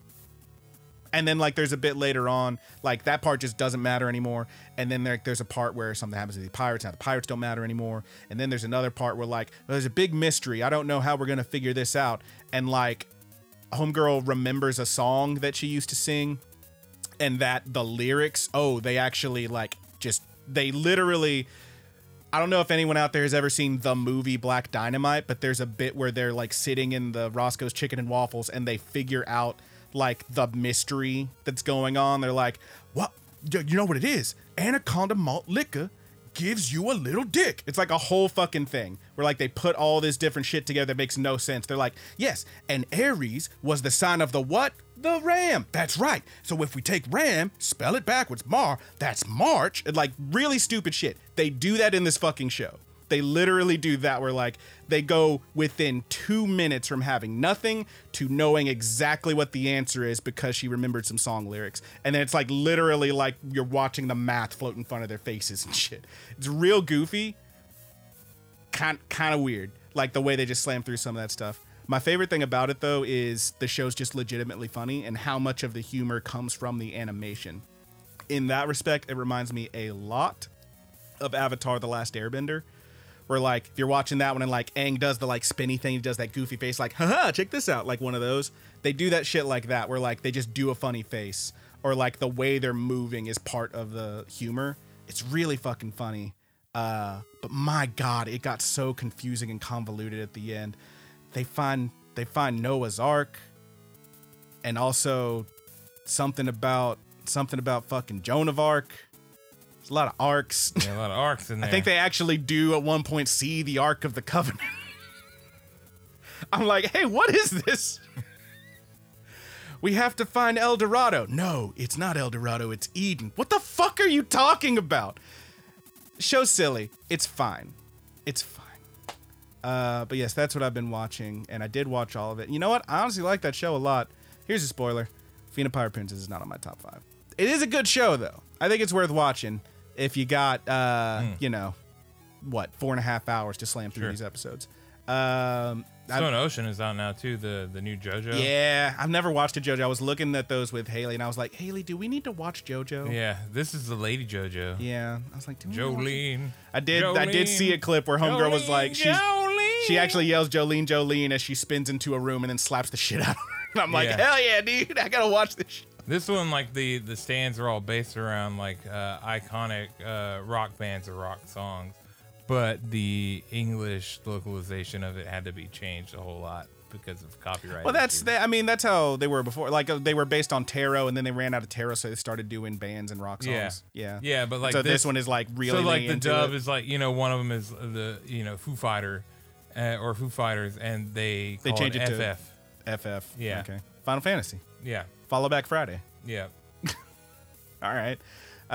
And then like there's a bit later on, like that part just doesn't matter anymore. And then like there's a part where something happens to the pirates, now the pirates don't matter anymore. And then there's another part where like there's a big mystery. I don't know how we're gonna figure this out. And like Homegirl remembers a song that she used to sing and that the lyrics, oh, they actually like just they literally I don't know if anyone out there has ever seen the movie Black Dynamite, but there's a bit where they're like sitting in the Roscoe's Chicken and Waffles and they figure out like the mystery that's going on. They're like, "What? y- You know what it is? Anaconda malt liquor gives you a little dick." It's like a whole fucking thing where like they put all this different shit together that makes no sense. They're like, "Yes, and Aries was the sign of the what? The ram. That's right. So if we take ram, spell it backwards, Mar, that's March. And, Like really stupid shit. They do that in this fucking show. They literally do that where like they go within two minutes from having nothing to knowing exactly what the answer is because she remembered some song lyrics. And then it's like literally like you're watching the math float in front of their faces and shit. It's real goofy, kind kind of weird. Like the way they just slam through some of that stuff. My favorite thing about it though is the show's just legitimately funny and how much of the humor comes from the animation. In that respect, it reminds me a lot of Avatar: The Last Airbender. Where like if you're watching that one and like Aang does the like spinny thing, he does that goofy face, like haha, check this out, like one of those. They do that shit like that, where like they just do a funny face, or like the way they're moving is part of the humor. It's really fucking funny. Uh, but my god, it got so confusing and convoluted at the end. They find they find Noah's Ark, and also something about something about fucking Joan of Arc. There's a lot of arcs.
Yeah, a lot of arcs in there.
I think they actually do at one point see the Ark of the Covenant. I'm like, hey, what is this? we have to find El Dorado. No, it's not El Dorado, it's Eden. What the fuck are you talking about? Show silly. It's fine. It's fine. Uh, but yes, that's what I've been watching, and I did watch all of it. You know what? I honestly like that show a lot. Here's a spoiler: Fina Pirate Princess is not on my top five. It is a good show, though. I think it's worth watching if you got, uh, you know, what four and a half hours to slam through
Mm. Sure.
these episodes. Um, I-
Stone Ocean is out now too. The the new JoJo.
yeah, I've never watched a JoJo. I was looking at those with Haley, and I was like, Haley, do we need to watch JoJo?
Yeah. This is the Lady JoJo.
Yeah. I was like, do we need to watch it?
Jolene.
I did. I did
Jolene.
see a clip where homegirl was
Jolene,
like, she's.
Jolene.
She actually yells Jolene, Jolene as she spins into a room and then slaps the shit out of her. And I'm like,
Yeah.
hell yeah, dude. I gotta watch this shit.
This one, like the the stands are all based around like uh, iconic uh, rock bands or rock songs. but the English localization of it had to be changed a whole lot because of copyright.
Well, that's
issues.
that. I mean, that's how they were before. Like uh, they were based on tarot, and then they ran out of tarot, so they started doing bands and rock
Yeah.
songs. Yeah,
Yeah, but, like,
so this,
this-
one is like really
so like the
into
dub
it.
is like you know one of them is the you know Foo Fighter uh, or Foo Fighters and they
They
call
change it to-
FF.
FF.
Yeah.
Okay. Final Fantasy.
Yeah,
Follow back Friday.
yeah.
All right.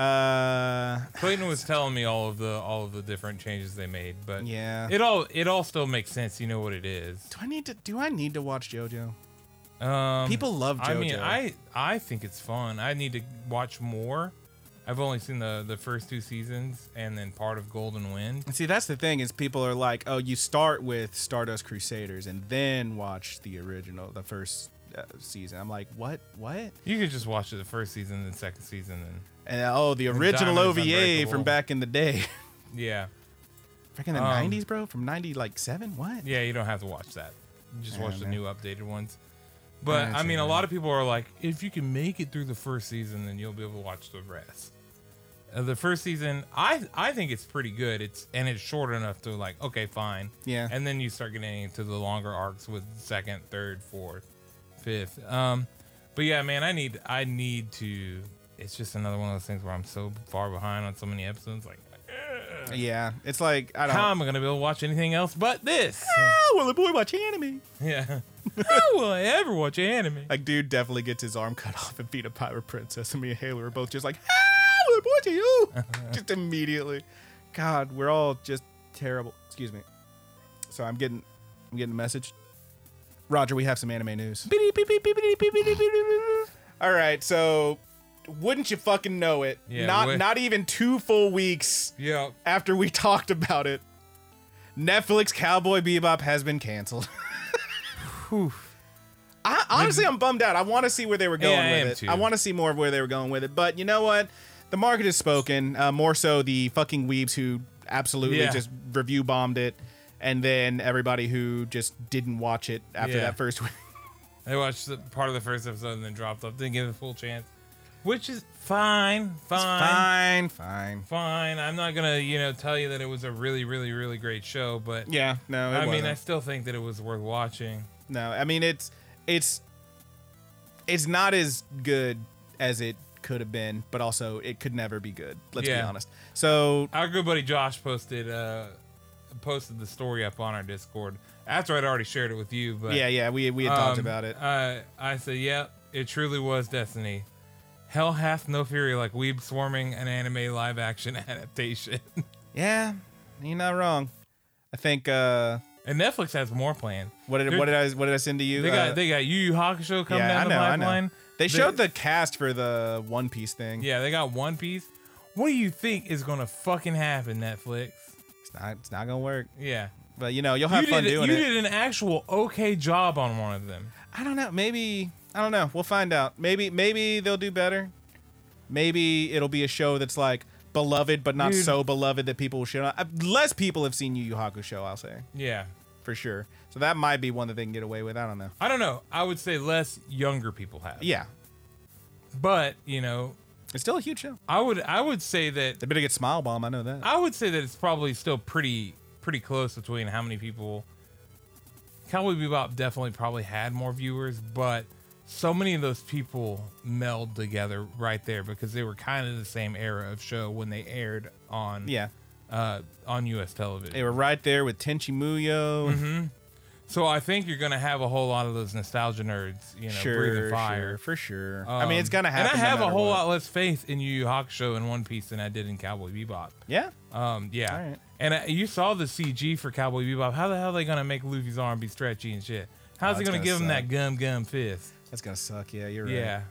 Uh,
Clayton was telling me all of the all of the different changes they made, but
Yeah.
it all it all still makes sense. You know what it is.
do I need to? Do I need to watch JoJo?
Um,
People love
I mean,
JoJo.
I I think it's fun. I need to watch more. I've only seen the the first two seasons and then part of Golden Wind.
See, that's the thing is people are like, oh, you start with Stardust Crusaders and then watch the original, the first uh, season. I'm like, what? What?
You could just watch the first season and second season, and
And oh, the original
Diamond is
OVA
Unbreakable.
from back in the day.
yeah,
Back in the
Um,
90s, bro? From 90, like, seven? What?
yeah, you don't have to watch that. You just
Yeah,
watch the
man.
new updated ones. But
Yeah,
I mean, a
true.
lot of people are like, if you can make it through the first season, then you'll be able to watch the rest. Uh, the first season, I I think it's pretty good. It's and it's short enough to like, okay, fine.
Yeah.
And then you start getting into the longer arcs with second, third, fourth, fifth. Um, but yeah, man, I need I need to. It's just another one of those things where I'm so far behind on so many episodes. Like,
Yeah. It's like, I don't
how am I gonna be able to watch anything else but this?
Oh, will a boy watch anime?
yeah. How will I ever watch anime?
Like, dude definitely gets his arm cut off and beat a pirate princess. And me and Halo are both just like, ah, will a boy to you? just immediately. God, we're all just terrible. Excuse me. So I'm getting, I'm getting a message. Roger, we have some anime news. All right, so wouldn't you fucking know it?
Yeah,
not
we-
not even two full weeks
Yeah.
after we talked about it, Netflix Cowboy Bebop has been canceled. I, honestly, I'm bummed out. I want to see where they were going
Yeah, I
with
am
it.
too.
I want to see more of where they were going with it. But you know what? The market has spoken. Uh, more so, the fucking weebs who absolutely
Yeah.
just review bombed it, and then everybody who just didn't watch it after
Yeah.
that first week.
I watched the, part of the first episode and then dropped off. Didn't give it a full chance, which is fine,
Fine,
fine,
fine.
fine. I'm not gonna, you know, tell you that it was a really, really, really great show, but
Yeah, no. It
I mean,
wasn't.
I still think that it was worth watching.
No, I mean it's it's it's not as good as it could have been, but also it could never be good. Let's be
Yeah.
honest. So
Our good buddy Josh posted uh posted the story up on our Discord after I'd already shared it with you, but
yeah, yeah, we we had talked
um,
about it.
I I said, yep, it truly was Destiny. Hell hath no fury like weeb swarming an anime live action adaptation.
yeah, you're not wrong. I think uh
and Netflix has more planned.
what did what did I what did I send to you?
They
Uh,
got they got Yu Yu Hakusho coming
yeah, I
down
know,
the
I
pipeline.
know. They showed the cast for the One Piece thing.
yeah they got One Piece. What do you think is gonna fucking happen, Netflix?
It's not it's not gonna work.
Yeah,
But you know, you'll have
you
fun
did
doing
you
it.
did an actual okay job on one of them.
I don't know. Maybe I don't know. We'll find out. Maybe maybe they'll do better. Maybe it'll be a show that's like beloved but not
Dude.
so beloved that people will shit on. uh, Less people have seen Yu Yu Hakusho, I'll say
Yeah,
for sure. So that might be one that they can get away with. I don't know.
I don't know. I would say less younger people have.
Yeah,
but you know,
it's still a huge show.
I would I would say that
They better get Smile Bomb. I know that.
I would say that it's probably still pretty pretty close between how many people. Cowboy Bebop definitely probably had more viewers, but so many of those people meld together right there because they were kind of the same era of show when they aired on
yeah,
uh, on U.S. television.
they were right there with Tenchi Muyo.
Mm-hmm. So I think you're gonna have a whole lot of those nostalgia nerds, you know,
Sure,
breathing fire.
sure, for sure. I mean, it's
Um,
gonna happen.
And I
no
have a
matter
whole
what.
lot less faith in Yu Yu Hakusho and One Piece than I did in Cowboy Bebop.
Yeah,
Um, yeah.
All right.
And uh, you saw the CG for Cowboy Bebop. How the hell are they gonna make Luffy's arm be stretchy and shit? How's
Oh,
he
it's
gonna,
gonna
give him
suck.
that gum gum fist?
that's gonna suck. Yeah, you're right.
Yeah.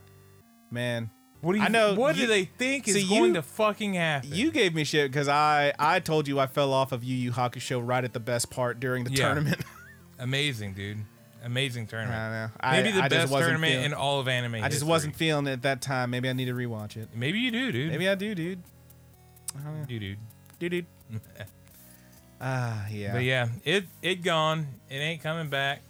man.
What do you?
I know,
What
you-
do they think is
see,
going
you-
to fucking happen?
You gave me shit because I I told you I fell off of Yu Yu Hakusho right at the best part during the
Yeah.
tournament.
amazing, dude. Amazing tournament.
I know. Uh, I-
Maybe the
I just
best
wasn't
tournament
feeling-
in all of anime.
I just wasn't feeling it at that time. Maybe I need to rewatch it.
Maybe you do, dude.
Maybe I do, dude.
you do, dude.
Dude, dude. Ah, yeah.
But yeah, it it gone. It ain't coming back.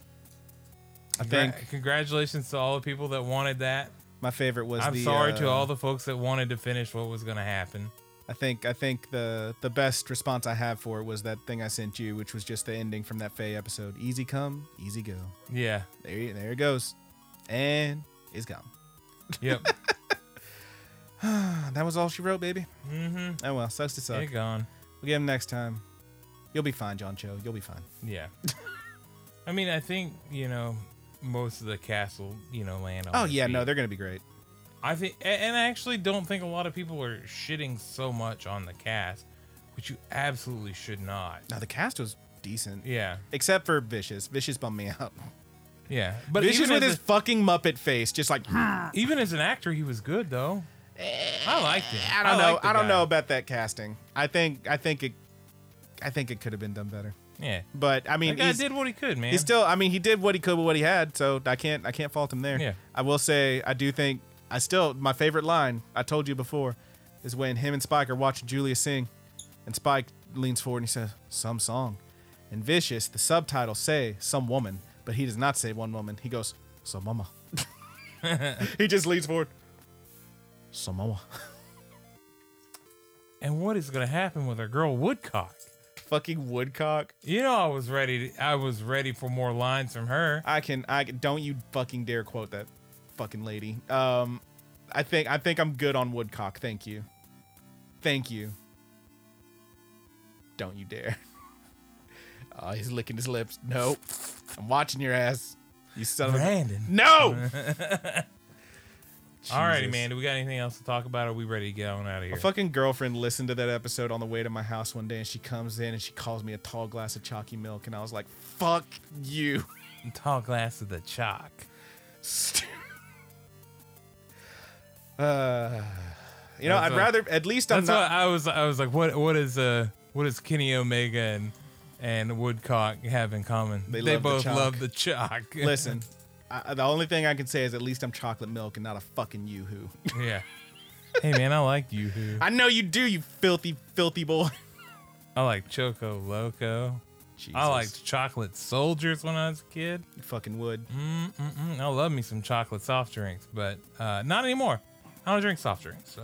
I think
Congratulations to all the people that wanted that.
my favorite was
I'm
the.
sorry to
uh,
all the folks that wanted to finish what was gonna happen.
I think I think the the best response I have for it was that thing I sent you, which was just the ending from that Faye episode. Easy come, easy go.
Yeah.
There, you- there it goes, and it's gone.
Yep.
Ah, That was all she wrote, baby. Mm-hmm. Oh well, sucks to suck.
They're gone.
We'll get him next time. You'll be fine, John Cho. You'll be fine.
Yeah. I mean, I think you know most of the castle, you know, land. On
Oh
their
yeah,
feet.
no, they're gonna be great.
I think, a- and I actually don't think a lot of people are shitting so much on the cast, which you absolutely should not.
No, the cast was decent,
Yeah,
except for Vicious. Vicious bummed me out.
yeah. But
Vicious
even
with
as
his fucking Muppet face, just like "Hmm,
a- even as an actor, he was good though. I liked him.
Eh, I don't know.
liked the
I don't
guy.
know about that casting. I think I think it I think it could have been done better.
Yeah,
But I
the
mean,
guy
he's,
did what he could, man.
he's still. I mean, he did what he could with what he had. So I can't. I can't fault him there.
Yeah.
I will say I do think I still my favorite line I told you before is when him and Spike are watching Julia sing, and Spike leans forward and he says some song, and vicious the subtitles say some woman, but he does not say one woman. He goes some mama. he just leans forward. Some mama.
and what is gonna happen with our girl Woodcock?
Fucking woodcock.
You know, I was ready. To, I was ready for more lines from her.
I can I can- don't you fucking dare quote that fucking lady. Um I think I think I'm good on Woodcock. Thank you. Thank you. Don't you dare. Oh, he's licking his lips. Nope. I'm watching your ass. You son of a
Brandon.
No.
Alrighty,
Jesus.
man. Do we got anything else to talk about? Or are we ready to get on out of here?
My fucking girlfriend listened to that episode on the way to my house one day and she comes in and she calls me a tall glass of chalky milk and I was like, "Fuck you."
Tall glass of the chalk.
uh, you know,
That's
I'd
a-
rather at least I'm
That's
not
what I was. I was like, what? What is uh? What is Kenny Omega and and Woodcock have in common?
They love the
both
chalk.
love the chalk.
Listen, I, the only thing I can say is at least I'm chocolate milk and not a fucking yoo-hoo.
yeah. Hey man, I like you. Who?
I know you do, you filthy, filthy boy.
I like Choco Loco.
Jesus.
I liked chocolate soldiers when I was a kid.
You fucking wood.
Mm, I love me some chocolate soft drinks, but uh, not anymore. I don't drink soft drinks, so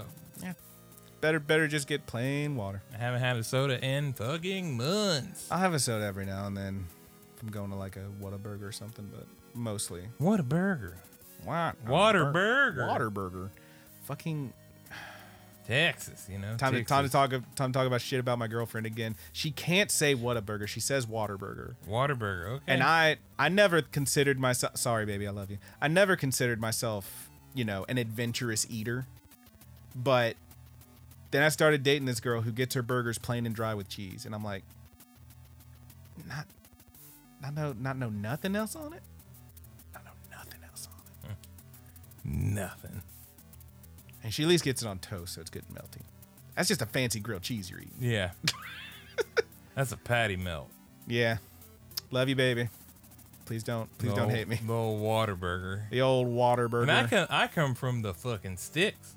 Better, better just get plain water.
I haven't had a soda in fucking months.
I'll have a soda every now and then if I'm going to like a Whataburger or something, but mostly
What a burger!
what
Whataburger.
Waterburger. Fucking
Texas, you know.
time to,
Texas.
time to talk time to talk about shit about my girlfriend again. She can't say Whataburger. She says Waterburger.
Waterburger, okay.
and I I never considered myself sorry baby I love you I never considered myself you know an adventurous eater but then I started dating this girl who gets her burgers plain and dry with cheese and I'm like not not no not know nothing else on it not know nothing else on it
nothing.
and she at least gets it on toast so it's good and melty that's just a fancy grilled cheese you're eating
Yeah. That's a patty melt.
yeah love you baby please don't please
The
don't
old-
hate me
The old Waterburger.
the old water burger
And I come, I come from the fucking sticks.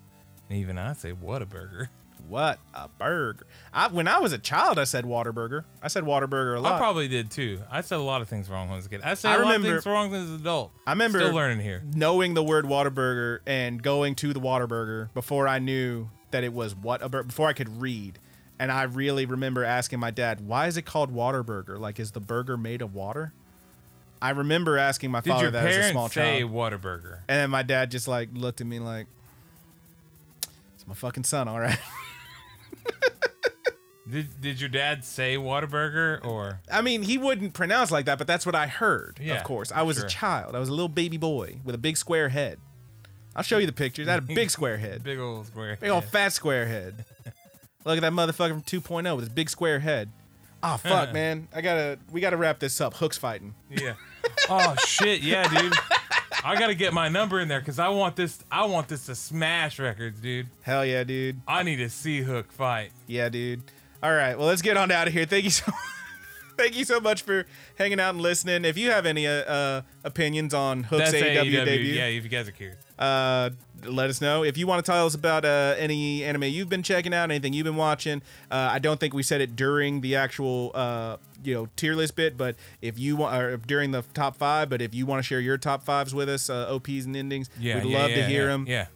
And even I say Whataburger.
What a burger! I, when I was a child, I said Waterburger. I said Waterburger a lot.
I probably did too. I said a lot of things wrong when I was a kid. I said
I
a lot of
remember-
things wrong as an adult.
I remember-
Still learning here.
Knowing the word Waterburger and going to the Waterburger before I knew that it was what a bur- before I could read, and I really remember asking my dad, "Why is it called Waterburger? Like, is the burger made of water?" I remember asking my
Did
father
your
that as a small
parents say
child,
Whataburger?
and then my dad just like looked at me like, "It's my fucking son, all right."
Did, did your dad say Whataburger or
I mean, he wouldn't pronounce like that, but that's what I heard.
Yeah,
of course, I was
sure.
a child. I was a little baby boy with a big square head. I'll show you the pictures. I had a big square head, big,
big old square?
old fat square head. Look at that motherfucker from 2.0 with his big square head. Ah, fuck, man. I gotta, we gotta wrap this up. Hooks fighting.
Yeah. Oh shit, yeah, dude. I gotta get my number in there because I want this. I want this to smash records, dude.
Hell yeah, dude.
I need a sea hook fight.
Yeah, dude. All right, well, let's get on out of here. Thank you so, thank you so much for hanging out and listening. If you have any uh, uh opinions on Hooks
That's
AEW,
AEW.
E debut,
Yeah, if you guys are curious.
uh, let us know if you want to tell us about uh, any anime you've been checking out, anything you've been watching. Uh, I don't think we said it during the actual uh, you know tier list bit, but if you want or during the top five, but if you want to share your top fives with us, uh, ops and endings,
Yeah,
we'd
yeah,
love
yeah,
to hear
yeah,
them.
Yeah,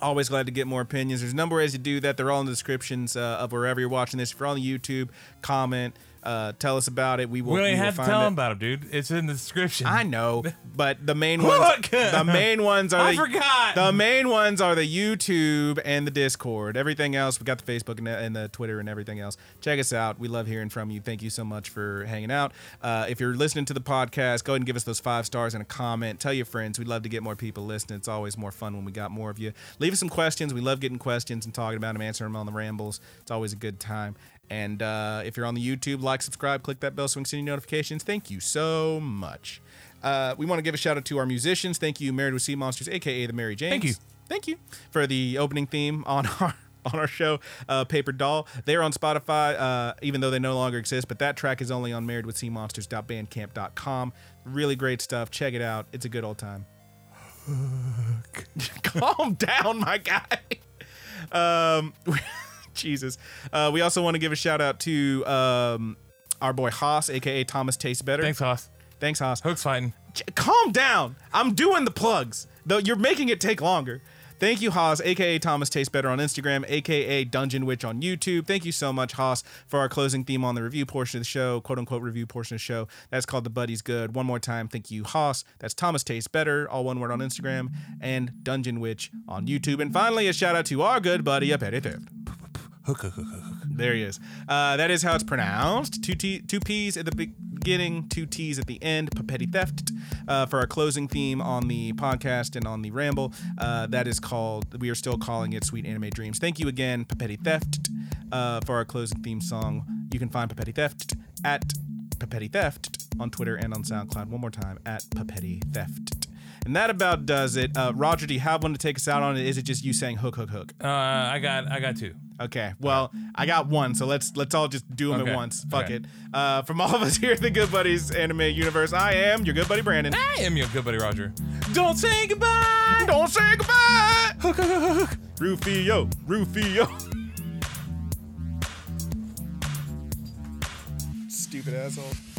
Always glad to get more opinions. There's a number of ways to do that. They're all in the descriptions uh, of wherever you're watching this. If you're on YouTube, comment, uh, tell us about it. We will.
We don't
we
even
will
have to
find
tell
it.
him about him, dude. It's in the description.
I know, but the main ones,
Look!
the main ones are
I
the,
forgot.
The main ones are the YouTube and the Discord. Everything else, we got the Facebook and the, and the Twitter and everything else. Check us out. We love hearing from you. Thank you so much for hanging out. Uh, if you're listening to the podcast, go ahead and give us those five stars and a comment. Tell your friends. We'd love to get more people listening. It's always more fun when we got more of you. Leave us some questions. We love getting questions and talking about them, answering them on the rambles. It's always a good time. And uh, if you're on the YouTube, like, subscribe, click that bell so we can send you notifications. Thank you so much. Uh, we want to give a shout out to our musicians. Thank you, Married with Sea Monsters, aka the Mary Janes.
Thank you.
Thank you for the opening theme on our on our show, uh, Paper Doll. They're on Spotify, uh, even though they no longer exist. But that track is only on marriedwithseamonsters.bandcamp.com. Really great stuff. Check it out. It's a good old time. Calm down, my guy. Um, Jesus. Uh, we also want to give a shout out to um, our boy Haas, aka Thomas Tastes Better.
Thanks, Hoss.
Thanks Haas.
Hook's fighting.
J- calm down. I'm doing the plugs, though you're making it take longer. Thank you, Haas, aka Thomas Tastes Better on Instagram, aka Dungeon Witch on YouTube. Thank you so much, Haas, for our closing theme on the review portion of the show, quote unquote review portion of the show. That's called The Buddy's Good. One more time, thank you, Haas. That's Thomas Tastes Better, all one word on Instagram, and Dungeon Witch on YouTube. And finally, a shout out to our good buddy, a petty theft. There he is. Uh, that is how it's pronounced. Two t- two p's at the beginning, two t's at the end. Petty theft. Uh, for our closing theme on the podcast and on the ramble, uh, that is called. We are still calling it "Sweet Anime Dreams." Thank you again, Petty Theft, uh, for our closing theme song. You can find Petty Theft at Petty Theft on Twitter and on SoundCloud. One more time at Petty Theft. And that about does it. Uh, Roger, do you have one to take us out on? Is it just you saying hook, hook, hook?
Uh, I got, I got two.
Okay. Well, I got one, so let's let's all just do them
Okay,
at once. Fuck
okay.
it. Uh, from all of us here at the Good Buddies Anime Universe, I am your good buddy Brandon.
I am your good buddy Roger. Don't say goodbye.
Don't say goodbye.
Ah! Hook, hook, hook, hook.
Rufio, Rufio. Stupid asshole.